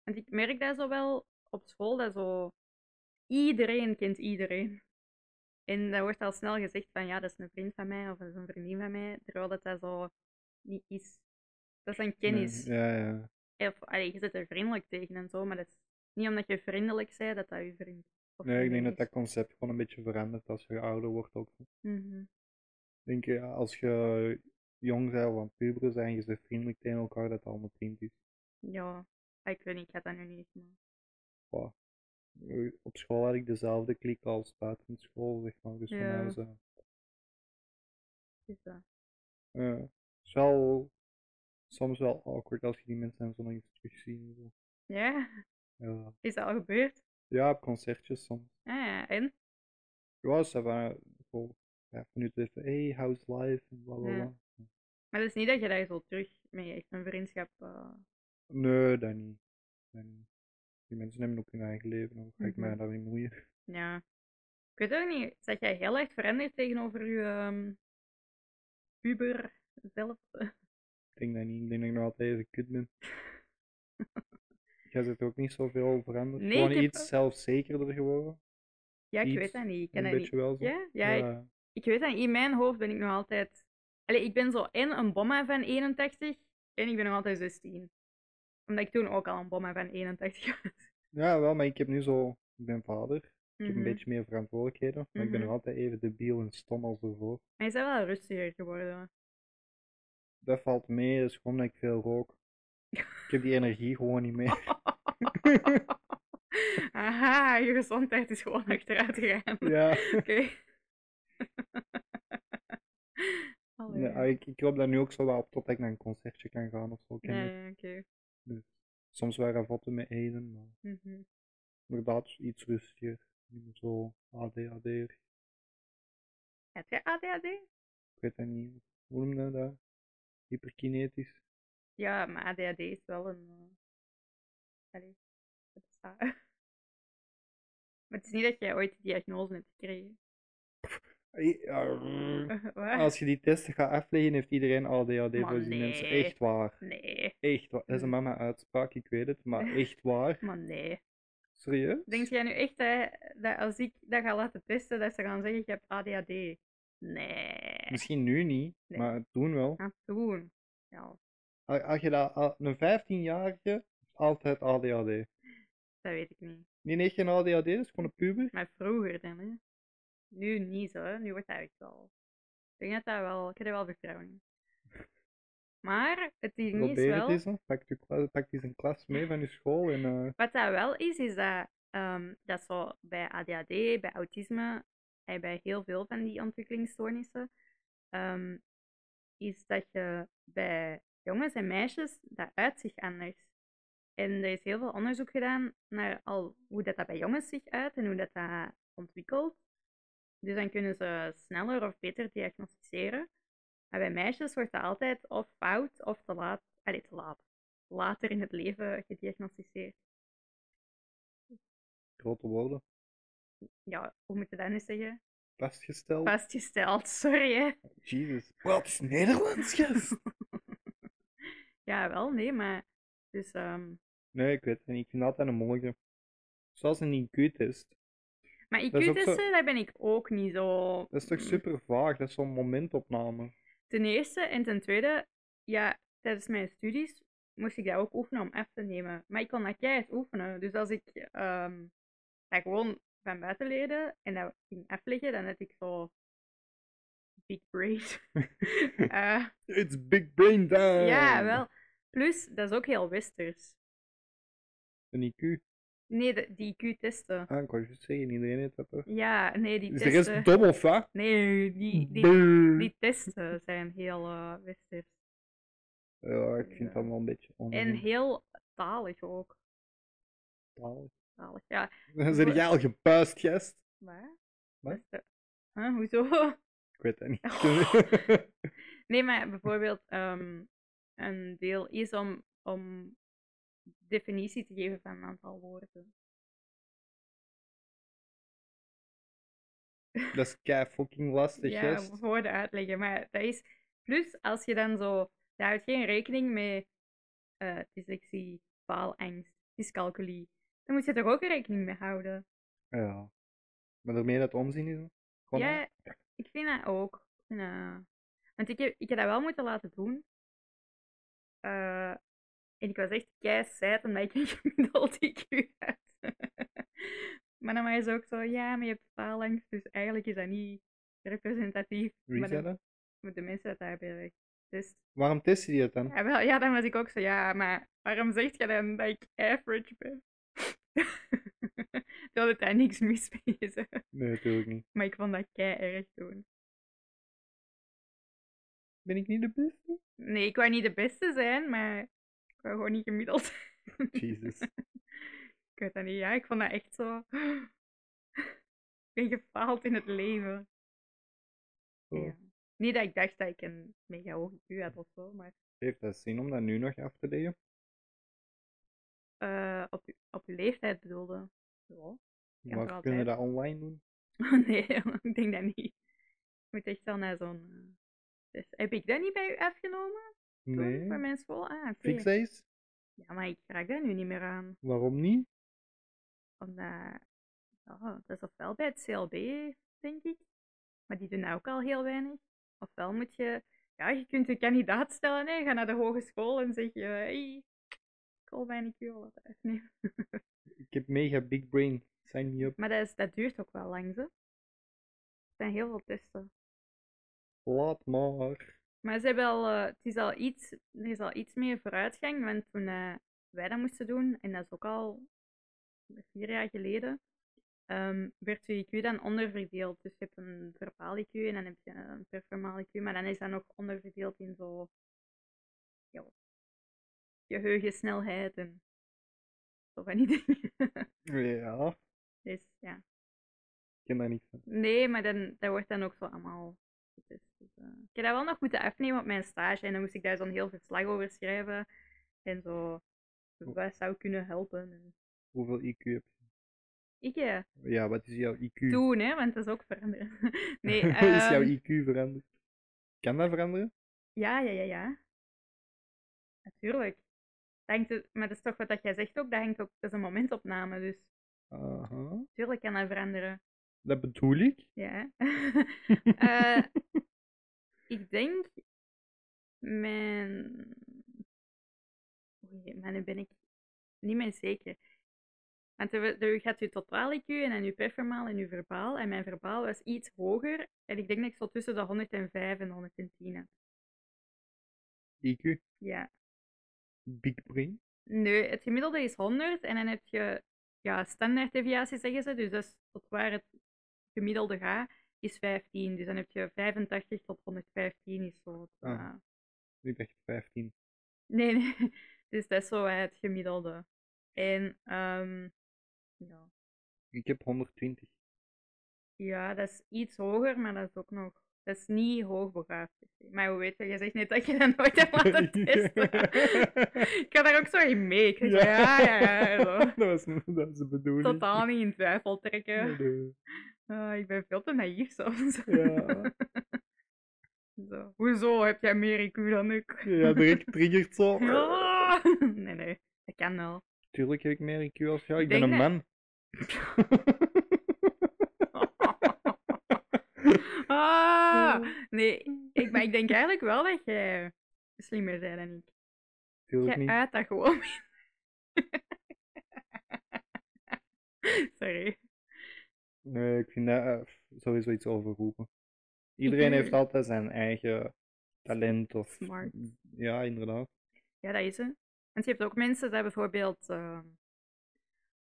Speaker 2: Want ik merk dat zo wel op school, dat zo... Iedereen kent iedereen. En dat wordt al snel gezegd van, ja, dat is een vriend van mij, of dat is een vriendin van mij, terwijl dat dat zo niet is. Dat is een
Speaker 1: Nee,
Speaker 2: kennis.
Speaker 1: Ja, ja.
Speaker 2: Of, allee, je zit er vriendelijk tegen en zo, maar dat is niet omdat je vriendelijk bent, dat dat je vriend of
Speaker 1: Nee, ik denk
Speaker 2: vriendin
Speaker 1: dat
Speaker 2: is.
Speaker 1: dat concept gewoon een beetje verandert als je ouder wordt ook.
Speaker 2: Mhm.
Speaker 1: Ik denk ja, als je jong bent of aan het puberen zijn, je bent vriendelijk tegen elkaar, dat het allemaal vriend is.
Speaker 2: Ja, ah, ik weet niet, ik had dat nu niet. Maar...
Speaker 1: Eh, Op school had ik dezelfde klik als buiten school, zeg maar. Dus voor
Speaker 2: Ja.
Speaker 1: mij was dat...
Speaker 2: het is dat.
Speaker 1: eh, het is wel soms wel awkward als je die mensen dan zo nog eens terugziet. en zo.
Speaker 2: Ja,
Speaker 1: Ja.
Speaker 2: is dat al gebeurd?
Speaker 1: ja, op concertjes soms.
Speaker 2: Ah, ja, en?
Speaker 1: Ja, ze waren voor vijf minuten even, hey, how's life? En bla bla
Speaker 2: Ja.
Speaker 1: bla.
Speaker 2: Maar het is niet dat je daar zo terug mee echt een vriendschap... eh,
Speaker 1: Nee, dat niet. Dat niet. Die mensen hebben ook hun eigen leven, dan ga ik mij
Speaker 2: Mhm.
Speaker 1: daar niet moeien.
Speaker 2: ja. Ik weet ook niet, dat jij heel erg veranderd tegenover je ehm, puber zelf?
Speaker 1: Ik denk dat niet, ik denk dat ik nog altijd even kut ben. Jij zit ook niet zoveel veranderd.
Speaker 2: Nee,
Speaker 1: Gewoon
Speaker 2: ik heb-
Speaker 1: iets zelfzekerder geworden.
Speaker 2: Ja, ik
Speaker 1: Iets,
Speaker 2: weet dat niet. Ik ken
Speaker 1: Een
Speaker 2: dat
Speaker 1: beetje
Speaker 2: niet.
Speaker 1: wel zo.
Speaker 2: Ja? Ja, ik- Ik weet dat in mijn hoofd ben ik nog altijd. Allee, ik ben zo en een bomma van 81 en ik ben nog altijd 16. Omdat ik toen ook al een bomma van 81 was.
Speaker 1: Ja, wel, maar ik heb nu zo. Ik ben vader. Ik heb
Speaker 2: Mhm.
Speaker 1: een beetje meer verantwoordelijkheden. Maar ik ben
Speaker 2: Mhm.
Speaker 1: nog altijd even debiel en stom als ervoor.
Speaker 2: Maar je bent wel rustiger geworden.
Speaker 1: Dat valt mee, dat is gewoon dat ik veel rook. Ik heb die energie gewoon niet meer.
Speaker 2: Oh, Aha, je gezondheid is gewoon achteruit gegaan.
Speaker 1: ja.
Speaker 2: Oké. Allee.
Speaker 1: ah, Ja, ik, ik loop daar nu ook zo wel op tot ik naar een concertje kan gaan of zo. ken
Speaker 2: Ja,
Speaker 1: je.
Speaker 2: ja, oké.
Speaker 1: Soms waren vatten met eten, maar
Speaker 2: Mhm.
Speaker 1: inderdaad iets rustiger. Niet meer zo ADHD'er.
Speaker 2: Heb jij ADHD?
Speaker 1: Ik weet dat niet. Hoe noem je dat? Hyperkinetisch.
Speaker 2: Ja, maar ADHD is wel een. eh, Allee, dat is dat. Maar het is niet dat jij ooit die diagnose hebt gekregen.
Speaker 1: Ei, arrr.
Speaker 2: Wat?
Speaker 1: Als je die testen gaat afleggen, heeft iedereen ADHD
Speaker 2: Maar
Speaker 1: voor die mensen.
Speaker 2: nee.
Speaker 1: Echt waar.
Speaker 2: Nee,
Speaker 1: Echt waar. Dat is een mama-uitspraak, ik weet het, maar echt waar.
Speaker 2: maar nee.
Speaker 1: Serieus?
Speaker 2: Denk jij nu echt hè, dat als ik dat ga laten testen, dat ze gaan zeggen: ik heb ADHD? Nee.
Speaker 1: Misschien nu niet,
Speaker 2: Nee. Ah.
Speaker 1: maar toen wel.
Speaker 2: Gaan doen. Ja,
Speaker 1: Al- Als je dat, al- een 15-jarige, is altijd ADHD.
Speaker 2: dat weet ik niet.
Speaker 1: Niet echt geen ADHD, dat is gewoon een puber.
Speaker 2: Maar vroeger dan, hè? Nu niet zo, hè. Nu wordt dat echt wel. Ik denk dat dat wel. Ik heb er wel vertrouwen in. Maar het ding is
Speaker 1: Probeer
Speaker 2: wel.
Speaker 1: het eens, hè. pak, je kla- pak eens een klas mee van je school en eh,
Speaker 2: Wat dat wel is, is dat, ehm, dat zo bij ADHD, bij autisme, en bij heel veel van die ontwikkelingsstoornissen, ehm, is dat je bij jongens en meisjes, dat uit zich anders. En er is heel veel onderzoek gedaan naar al hoe dat, dat bij jongens zich uit en hoe dat, dat ontwikkelt. Dus dan kunnen ze sneller of beter diagnosticeren. Maar bij meisjes wordt dat altijd of fout of te laat, allee, te laat, later in het leven gediagnosticeerd.
Speaker 1: grote woorden.
Speaker 2: ja, hoe moet je dat nu zeggen?
Speaker 1: Vastgesteld.
Speaker 2: Vastgesteld, sorry hè.
Speaker 1: Jezus. Wel, het is Nederlands, gast.
Speaker 2: ja, wel, nee, maar. Dus, ehm,
Speaker 1: nee, ik weet het niet. Ik vind dat altijd een moeilijke. Zoals een IQ-test.
Speaker 2: Maar
Speaker 1: Dat is ook zo-
Speaker 2: IQ-testen, eh, daar ben ik ook niet zo.
Speaker 1: Dat is toch
Speaker 2: Mm.
Speaker 1: super vaag? Dat is zo'n momentopname.
Speaker 2: Ten eerste en ten tweede, ja, tijdens mijn studies moest ik dat ook oefenen om af te nemen. Maar ik kon dat keihard oefenen. Dus als ik ehm, dat gewoon van buiten leerde en dat ging afleggen, dan had ik zo. Big brain. Eh,
Speaker 1: It's big brain time!
Speaker 2: ja, wel. Plus, dat is ook heel westers.
Speaker 1: Een IQ.
Speaker 2: Nee, de- die IQ-testen.
Speaker 1: Ah, ik wou juist zeggen, iedereen heeft dat toch?
Speaker 2: Ja, nee, die
Speaker 1: Dus Is de
Speaker 2: testen.
Speaker 1: rest dom of wat?
Speaker 2: Nee, die, die,
Speaker 1: Brrr.
Speaker 2: die testen zijn heel eh westers.
Speaker 1: Ja, ik vind
Speaker 2: Ja.
Speaker 1: dat wel een beetje
Speaker 2: En
Speaker 1: onbetalig.
Speaker 2: heel talig ook. Talig, ja.
Speaker 1: Dan zit jij al gepuist, gest.
Speaker 2: Maar?
Speaker 1: Wat?
Speaker 2: testen- Huh, hoezo?
Speaker 1: Ik weet dat niet.
Speaker 2: Oh. Nee, maar bijvoorbeeld ehm, een deel is om, om definitie te geven van een aantal woorden.
Speaker 1: Dat is kei fucking lastig,
Speaker 2: ja,
Speaker 1: gast.
Speaker 2: woorden uitleggen. Maar dat is. Plus, als je dan zo. Daar houdt geen rekening mee. eh, dyslexie, faalangst, dyscalculie. Dan moet je er ook rekening mee houden.
Speaker 1: Ja. Maar daarmee dat omzien is. Gewoon,
Speaker 2: Ja, ik vind dat ook. Ik vind dat- Want ik heb, ik heb dat wel moeten laten doen. Eh, en ik was echt kei sad omdat ik een gemiddeld IQ had. maar dan was ze ook zo, ja, maar je hebt faalangst, dus eigenlijk is dat niet representatief. Maar dan-
Speaker 1: resetten.
Speaker 2: met de mensen dat daar hebben werkt. Dus
Speaker 1: Waarom testen die dat dan?
Speaker 2: ja, wel, ja, dan was ik ook zo, ja, maar waarom zeg je dan dat ik average ben? Terwijl het daar niks mis mee is. hè.
Speaker 1: Nee, natuurlijk niet.
Speaker 2: Maar ik vond dat kei erg toen.
Speaker 1: Ben ik niet de beste?
Speaker 2: Nee, ik wou niet de beste zijn, maar ik wou gewoon niet gemiddeld.
Speaker 1: Jesus.
Speaker 2: ik weet dat niet, ja, ik vond dat echt zo. ik ben gefaald in het leven.
Speaker 1: Oh,
Speaker 2: Ja. Niet dat ik dacht dat ik een mega hoog IQ had of zo, maar
Speaker 1: Heeft dat zin om dat nu nog af te leggen?
Speaker 2: eh, op, op leeftijd bedoelde. Ja. heb er
Speaker 1: maar
Speaker 2: altijd.
Speaker 1: kunnen we dat online doen?
Speaker 2: Oh nee, ik denk dat niet. Ik moet echt wel naar zo'n. eh, test. Heb ik dat niet bij u afgenomen toen
Speaker 1: Nee.
Speaker 2: voor mijn school? Ah, oké.
Speaker 1: Fix dat eens?
Speaker 2: Ja, maar ik raak daar nu niet meer aan.
Speaker 1: Waarom niet?
Speaker 2: Omdat. eh, Ja, dat is ofwel bij het CLB, denk ik. Maar die doen dat ook al heel weinig. Ofwel moet je. Ja, je kunt je kandidaat stellen, hè. Ga naar de hogeschool en zeg je. Hey, ik wil weinig wil wat afnemen.
Speaker 1: Ik heb mega big brain. Sign me up.
Speaker 2: Maar dat, is, dat duurt ook wel lang, hè. Er zijn heel veel testen.
Speaker 1: Laat maar.
Speaker 2: Maar ze hebben al, eh, het is al iets, er is al iets meer vooruitgang, want toen eh, wij dat moesten doen, en dat is ook al vier jaar geleden, ehm, werd je IQ dan onderverdeeld. Dus je hebt een verbaal IQ en dan heb je een performaal IQ, maar dan is dat nog onderverdeeld in zo ja, geheugensnelheid en zo van die dingen.
Speaker 1: Ja, ik
Speaker 2: dus ja.
Speaker 1: ken daar niks van.
Speaker 2: Nee, maar dan, dat wordt dan ook zo allemaal getest. Dus, eh, ik heb dat wel nog moeten afnemen op mijn stage en dan moest ik daar zo'n heel verslag over schrijven en zo wat zou kunnen helpen. En
Speaker 1: Hoeveel IQ heb je?
Speaker 2: ik eh,
Speaker 1: Ja, wat is jouw IQ?
Speaker 2: toen, hè, want dat is ook veranderen. nee,
Speaker 1: is jouw
Speaker 2: ehm,
Speaker 1: IQ veranderd? Kan dat veranderen?
Speaker 2: ja, ja, ja, ja. Natuurlijk. Dat hangt dus- maar dat is toch wat dat jij zegt ook, dat, hangt ook, dat is een momentopname, dus
Speaker 1: Aha.
Speaker 2: natuurlijk kan dat veranderen.
Speaker 1: Dat bedoel ik.
Speaker 2: Ja. Eh, ik denk mijn. Oei, maar nu ben ik niet meer zeker. Want er, er gaat je totaal IQ en dan je performaal en je verbaal. En mijn verbaal was iets hoger. En ik denk dat ik zo tussen de 105 en 110 had.
Speaker 1: IQ.
Speaker 2: Ja.
Speaker 1: Big brain.
Speaker 2: Nee, het gemiddelde is 100 en dan heb je ja, standaarddeviatie, zeggen ze. Dus dat is tot waar het gemiddelde gaat, is 15. Dus dan heb je 85 tot 115 is zo. het,
Speaker 1: Ah.
Speaker 2: eh,
Speaker 1: Ik dacht 15.
Speaker 2: Nee, nee. Dus dat is zo eh, het gemiddelde. En ehm, ja.
Speaker 1: Ik heb 120.
Speaker 2: ja, dat is iets hoger, maar dat is ook nog. Dat is niet hoogbegaafd. per se. Maar hoe weet je, je zegt net dat je dat nooit hebt laten testen. ik ga daar ook zo in mee. Ik zeg, ja, ja, ja. zo.
Speaker 1: dat, was, dat was de bedoeling.
Speaker 2: Totaal niet in twijfel trekken.
Speaker 1: Nee, nee.
Speaker 2: Ah, ik ben veel te naïef soms.
Speaker 1: Ja.
Speaker 2: Zo. Hoezo heb jij meer IQ dan ik?
Speaker 1: Ja, direct triggert zo.
Speaker 2: Ah. Nee, nee, dat kan wel.
Speaker 1: Tuurlijk heb ik meer IQ als jou. Ik
Speaker 2: Denk
Speaker 1: ben een
Speaker 2: dat-
Speaker 1: man.
Speaker 2: Ah, nee, ik, maar ik denk eigenlijk wel dat jij slimmer bent dan ik.
Speaker 1: Tuurlijk
Speaker 2: Jij
Speaker 1: niet.
Speaker 2: uit dat gewoon. Sorry.
Speaker 1: Nee, ik vind dat eh, sowieso iets overroepen. Iedereen
Speaker 2: vind-
Speaker 1: heeft altijd zijn eigen talent of...
Speaker 2: Smart.
Speaker 1: Ja, inderdaad.
Speaker 2: Ja, dat is het. Want je hebt ook mensen dat bijvoorbeeld, ehm,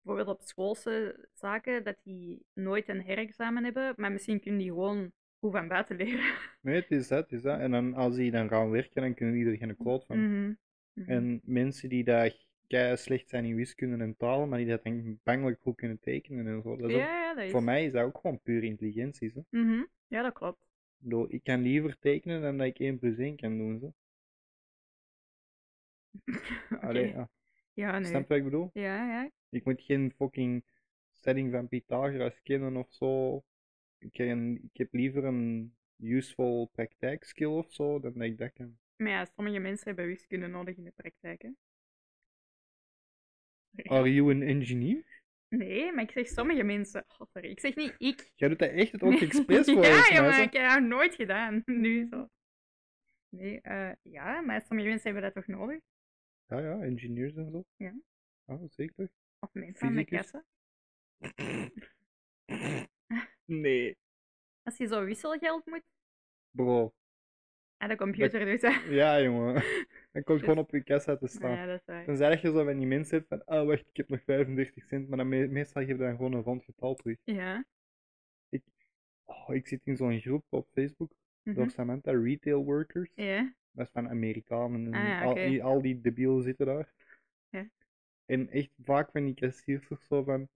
Speaker 2: bijvoorbeeld op schoolse zaken, dat die nooit een herexamen hebben, maar misschien kunnen die gewoon hoe van buiten leren.
Speaker 1: Nee, het is dat, het is dat. En dan, als die dan gaan werken, dan kunnen die er geen kloot van.
Speaker 2: Mhm, mhm.
Speaker 1: En mensen die daar kei slecht zijn in wiskunde en talen, maar die dat dan bangelijk goed kunnen tekenen en zo. Dat is ook-
Speaker 2: ja, ja, dat is
Speaker 1: voor mij is dat ook gewoon pure intelligentie. Zo. Ik,
Speaker 2: Mhm, Ja, dat klopt.
Speaker 1: bedoel, ik kan liever tekenen dan dat ik 1 plus 1 kan doen. Zo.
Speaker 2: Oké.
Speaker 1: Allee, ja.
Speaker 2: Ja, nee.
Speaker 1: Snap je wat ik bedoel?
Speaker 2: Ja, ja.
Speaker 1: Ik moet geen fucking stelling van Pythagoras kennen of zo. ik, ken- ik heb liever een useful praktijkskill of zo dan dat ik dat kan.
Speaker 2: Maar ja, sommige mensen hebben wiskunde nodig in de praktijk. Hè?
Speaker 1: Are you an engineer?
Speaker 2: Nee, maar ik zeg sommige mensen. Oh, sorry, ik zeg niet ik.
Speaker 1: Jij doet dat echt ook expres
Speaker 2: ja,
Speaker 1: voor
Speaker 2: Ja, maar ik heb dat nooit gedaan. Nu zo. Nee, eh, ja, maar sommige mensen hebben dat toch nodig?
Speaker 1: Ja, ja, engineers en zo.
Speaker 2: Ja.
Speaker 1: Ah, zeker.
Speaker 2: Of mensen aan de
Speaker 1: Fysicus.
Speaker 2: kassa.
Speaker 1: Nee.
Speaker 2: Als je zo wisselgeld moet,
Speaker 1: Bro.
Speaker 2: aan de computer dus, doet dat.
Speaker 1: Ja, jongen. Dat komt gewoon op je kassa te
Speaker 2: Maar
Speaker 1: staan.
Speaker 2: ja, dat is waar.
Speaker 1: Tenzij dat je zo van die mensen hebt van, ah wacht, ik heb nog 35 cent, maar dan me- meestal geef je dan gewoon een rond getal terug.
Speaker 2: Ja.
Speaker 1: Oh, ik zit in zo'n groep op Facebook,
Speaker 2: mhm,
Speaker 1: door Samantha, retail workers.
Speaker 2: Ja.
Speaker 1: Dat is van Amerikanen en
Speaker 2: Ah ja,
Speaker 1: al,
Speaker 2: oké.
Speaker 1: die, al die debielen zitten daar.
Speaker 2: Ja.
Speaker 1: En echt vaak van die kassiers of zo van,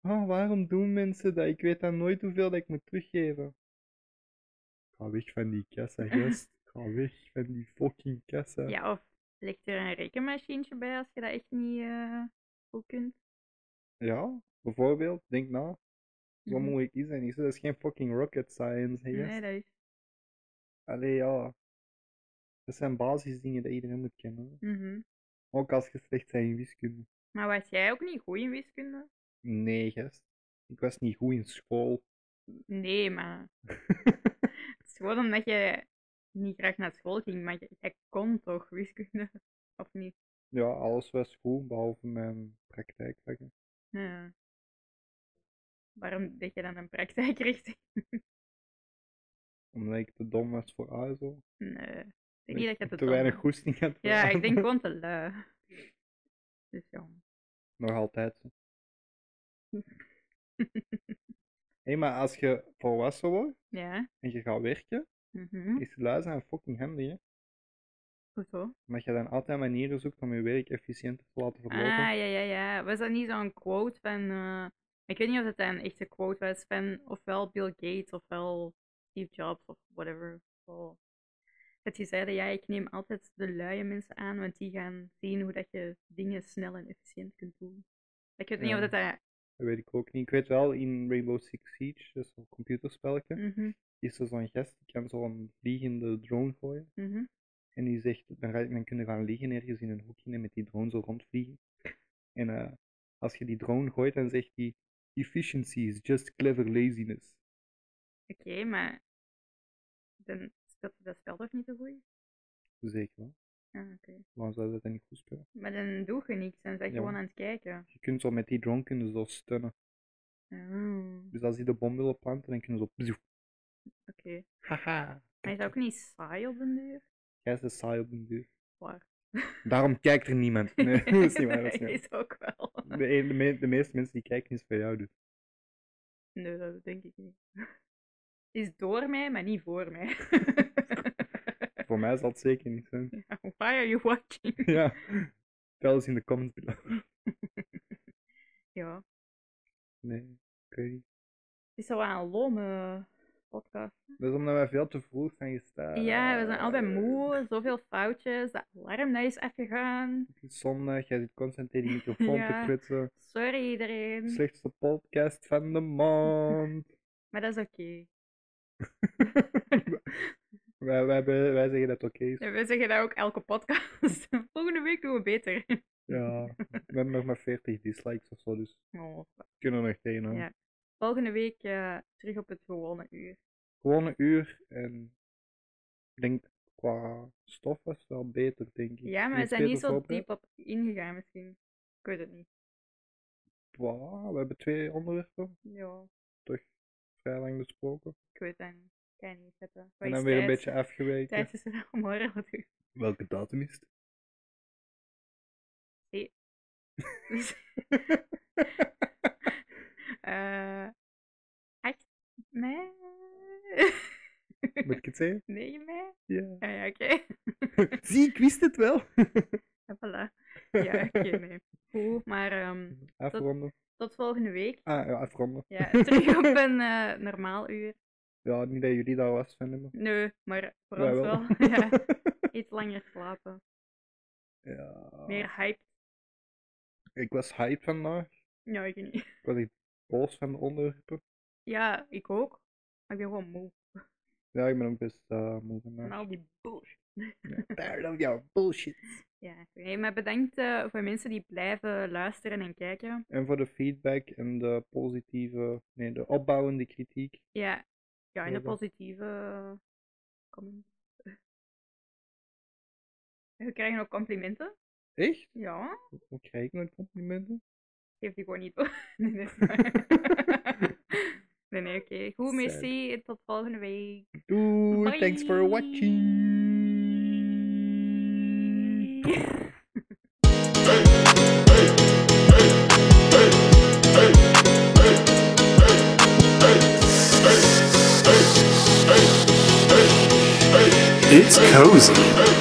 Speaker 1: oh waarom doen mensen dat? Ik weet dan nooit hoeveel dat ik moet teruggeven. Ga weg van die kassa, gast. Ga weg van die fucking kassa.
Speaker 2: ja, of ligt er een rekenmachientje bij als je dat echt niet eh, goed kunt?
Speaker 1: Ja, bijvoorbeeld, denk nou, zo
Speaker 2: Mhm.
Speaker 1: moeilijk is dat niet. zo. Dat is geen fucking rocket science, hè,
Speaker 2: Nee,
Speaker 1: gast.
Speaker 2: dat is.
Speaker 1: Allee, ja. Dat zijn basisdingen die iedereen moet kennen.
Speaker 2: mhm.
Speaker 1: Ook als je slecht bent in wiskunde.
Speaker 2: Maar was jij ook niet goed in wiskunde?
Speaker 1: Nee, gast. Ik was niet goed in school.
Speaker 2: Nee, maar het is gewoon omdat je niet graag naar school ging, maar je, jij kon toch wiskunde? Of niet?
Speaker 1: Ja, alles was goed, behalve mijn praktijkvakken.
Speaker 2: Ja. Waarom deed je dan een praktijkrichting?
Speaker 1: Omdat ik te dom was voor ASO.
Speaker 2: Nee. Ik denk niet dat je
Speaker 1: te
Speaker 2: te dom
Speaker 1: weinig
Speaker 2: was.
Speaker 1: goesting had. voor
Speaker 2: Ja, ik denk
Speaker 1: ASO.
Speaker 2: gewoon te lui. Dus ja.
Speaker 1: Nog altijd. zo. Hé, maar als je volwassen wordt
Speaker 2: Ja.
Speaker 1: en je gaat werken,
Speaker 2: Mhm.
Speaker 1: is lui zijn fucking handig, hè.
Speaker 2: Hoezo?
Speaker 1: Omdat je dan altijd manieren zoekt om je werk efficiënter te laten
Speaker 2: Ah,
Speaker 1: verlopen.
Speaker 2: ja, ja, ja. Was dat niet zo'n quote van... eh, ik weet niet of dat een echte quote was van ofwel Bill Gates ofwel Steve Jobs of whatever. Zo. Dat die zeiden, ja, ik neem altijd de luie mensen aan, want die gaan zien hoe dat je dingen snel en efficiënt kunt doen. Ik weet niet
Speaker 1: Ja.
Speaker 2: of dat... dat...
Speaker 1: Dat weet ik ook niet. Ik weet wel, in Rainbow Six Siege, dat is zo'n computerspelletje,
Speaker 2: Mhm,
Speaker 1: is er zo'n gast die kan zo'n vliegende drone gooien.
Speaker 2: mhm.
Speaker 1: En die zegt, dan, ga, dan kun je gaan liggen ergens in een hoekje en met die drone zo rondvliegen. En eh, als je die drone gooit, dan zegt hij, efficiency is just clever laziness.
Speaker 2: Oké, maar... Dan speelt je dat spel toch niet te goed?
Speaker 1: Zeker wel.
Speaker 2: Ah, oké.
Speaker 1: Waarom zou dat dan niet goed spelen?
Speaker 2: Maar dan doe je niks, dan ben je
Speaker 1: Ja.
Speaker 2: gewoon aan het kijken.
Speaker 1: Je kunt zo met die drone kunnen zo stunnen.
Speaker 2: Ah,
Speaker 1: Dus als die de bom willen planten, dan kunnen ze zo...
Speaker 2: oké.
Speaker 1: Haha.
Speaker 2: Maar is dat ook niet saai op den duur?
Speaker 1: Jij is de saai op de deur.
Speaker 2: Waar?
Speaker 1: Daarom kijkt er niemand. Nee, dat is niet waar. Dat is niet waar. Mm.
Speaker 2: Is ook wel.
Speaker 1: De, een- de, me- de meeste mensen die kijken is voor jou, dus.
Speaker 2: Nee, dat denk ik niet. Is door mij, maar niet voor mij.
Speaker 1: Voor mij zal het zeker niet zijn.
Speaker 2: Ja, Why are you watching?
Speaker 1: ja. Tel eens in de comments below.
Speaker 2: Ja, het
Speaker 1: Nee, ik weet niet.
Speaker 2: is zo aan een lome podcast.
Speaker 1: Dat is omdat wij veel te vroeg zijn gestaan.
Speaker 2: Ja, we zijn
Speaker 1: Eh.
Speaker 2: allebei moe, zoveel foutjes, dat alarm dat is afgegaan.
Speaker 1: Het is Zondag, eh, jij zit constant tegen de microfoon
Speaker 2: Ja. Mm.
Speaker 1: te kritsen.
Speaker 2: Sorry iedereen,
Speaker 1: Slechtste podcast van de maand.
Speaker 2: maar dat is oké.
Speaker 1: wij, wij, wij, wij zeggen dat het oké is.
Speaker 2: We zeggen dat ook elke podcast. Volgende week doen we beter.
Speaker 1: Ja. We hebben nog maar 40 dislikes of zo, dus
Speaker 2: Oh.
Speaker 1: we kunnen er nog tegenaan.
Speaker 2: Ja. Volgende week eh, terug op het gewone uur.
Speaker 1: Gewoon een uur en ik denk qua stof was het wel beter, denk ik.
Speaker 2: Ja, maar we
Speaker 1: Niks
Speaker 2: zijn niet
Speaker 1: beter
Speaker 2: zo
Speaker 1: voorbereid.
Speaker 2: diep op ingegaan misschien. Ik weet het niet.
Speaker 1: Wow, we hebben twee onderwerpen,
Speaker 2: Ja,
Speaker 1: toch vrij lang besproken.
Speaker 2: ik weet het niet. Ik kan niet zetten. Wat
Speaker 1: en
Speaker 2: is
Speaker 1: dan weer een
Speaker 2: tijd?
Speaker 1: beetje afgeweken.
Speaker 2: Tijd is er morgen wat doen.
Speaker 1: Welke datum is het?
Speaker 2: Dus, eh, 8 mei?
Speaker 1: Moet ik het zeggen?
Speaker 2: 9 mei?
Speaker 1: Ja.
Speaker 2: Ah ja, oké.
Speaker 1: Zie, ik wist het wel.
Speaker 2: En voilà. Ja, oké, nee. Goed, maar ehm,
Speaker 1: Afronden.
Speaker 2: tot volgende week.
Speaker 1: Ah, ja, afronden.
Speaker 2: Ja, terug op een eh, normaal uur.
Speaker 1: Ja, niet dat jullie daar last van hebben.
Speaker 2: Nee, maar voor
Speaker 1: Wij
Speaker 2: ons
Speaker 1: wel.
Speaker 2: wel. Ja, iets langer slapen.
Speaker 1: Ja.
Speaker 2: Meer hype.
Speaker 1: Ik was hype vandaag.
Speaker 2: Ja, ik weet niet.
Speaker 1: Ik was echt boos van de onderwerpen.
Speaker 2: Ja, ik ook. Maar ik ben gewoon moe
Speaker 1: Ja, ik ben ook best eh moe vandaag.
Speaker 2: van al die bullshit.
Speaker 1: Tired of your bullshit.
Speaker 2: Ja, hey, maar bedankt eh, voor mensen die blijven luisteren en kijken.
Speaker 1: En voor de feedback en de positieve, nee, de opbouwende kritiek.
Speaker 2: Ja, ja en de
Speaker 1: Heel wel.
Speaker 2: positieve eh, comments. We krijgen ook complimenten.
Speaker 1: Echt?
Speaker 2: Ja,
Speaker 1: Hoe krijg ik nooit complimenten?
Speaker 2: geef die gewoon niet door. Nee, dat is niet waar. nee, nee, oké. Goed,
Speaker 1: Sad.
Speaker 2: merci. Tot volgende week.
Speaker 1: Doei, thanks for
Speaker 2: Bye.
Speaker 1: watching.
Speaker 3: It's cozy.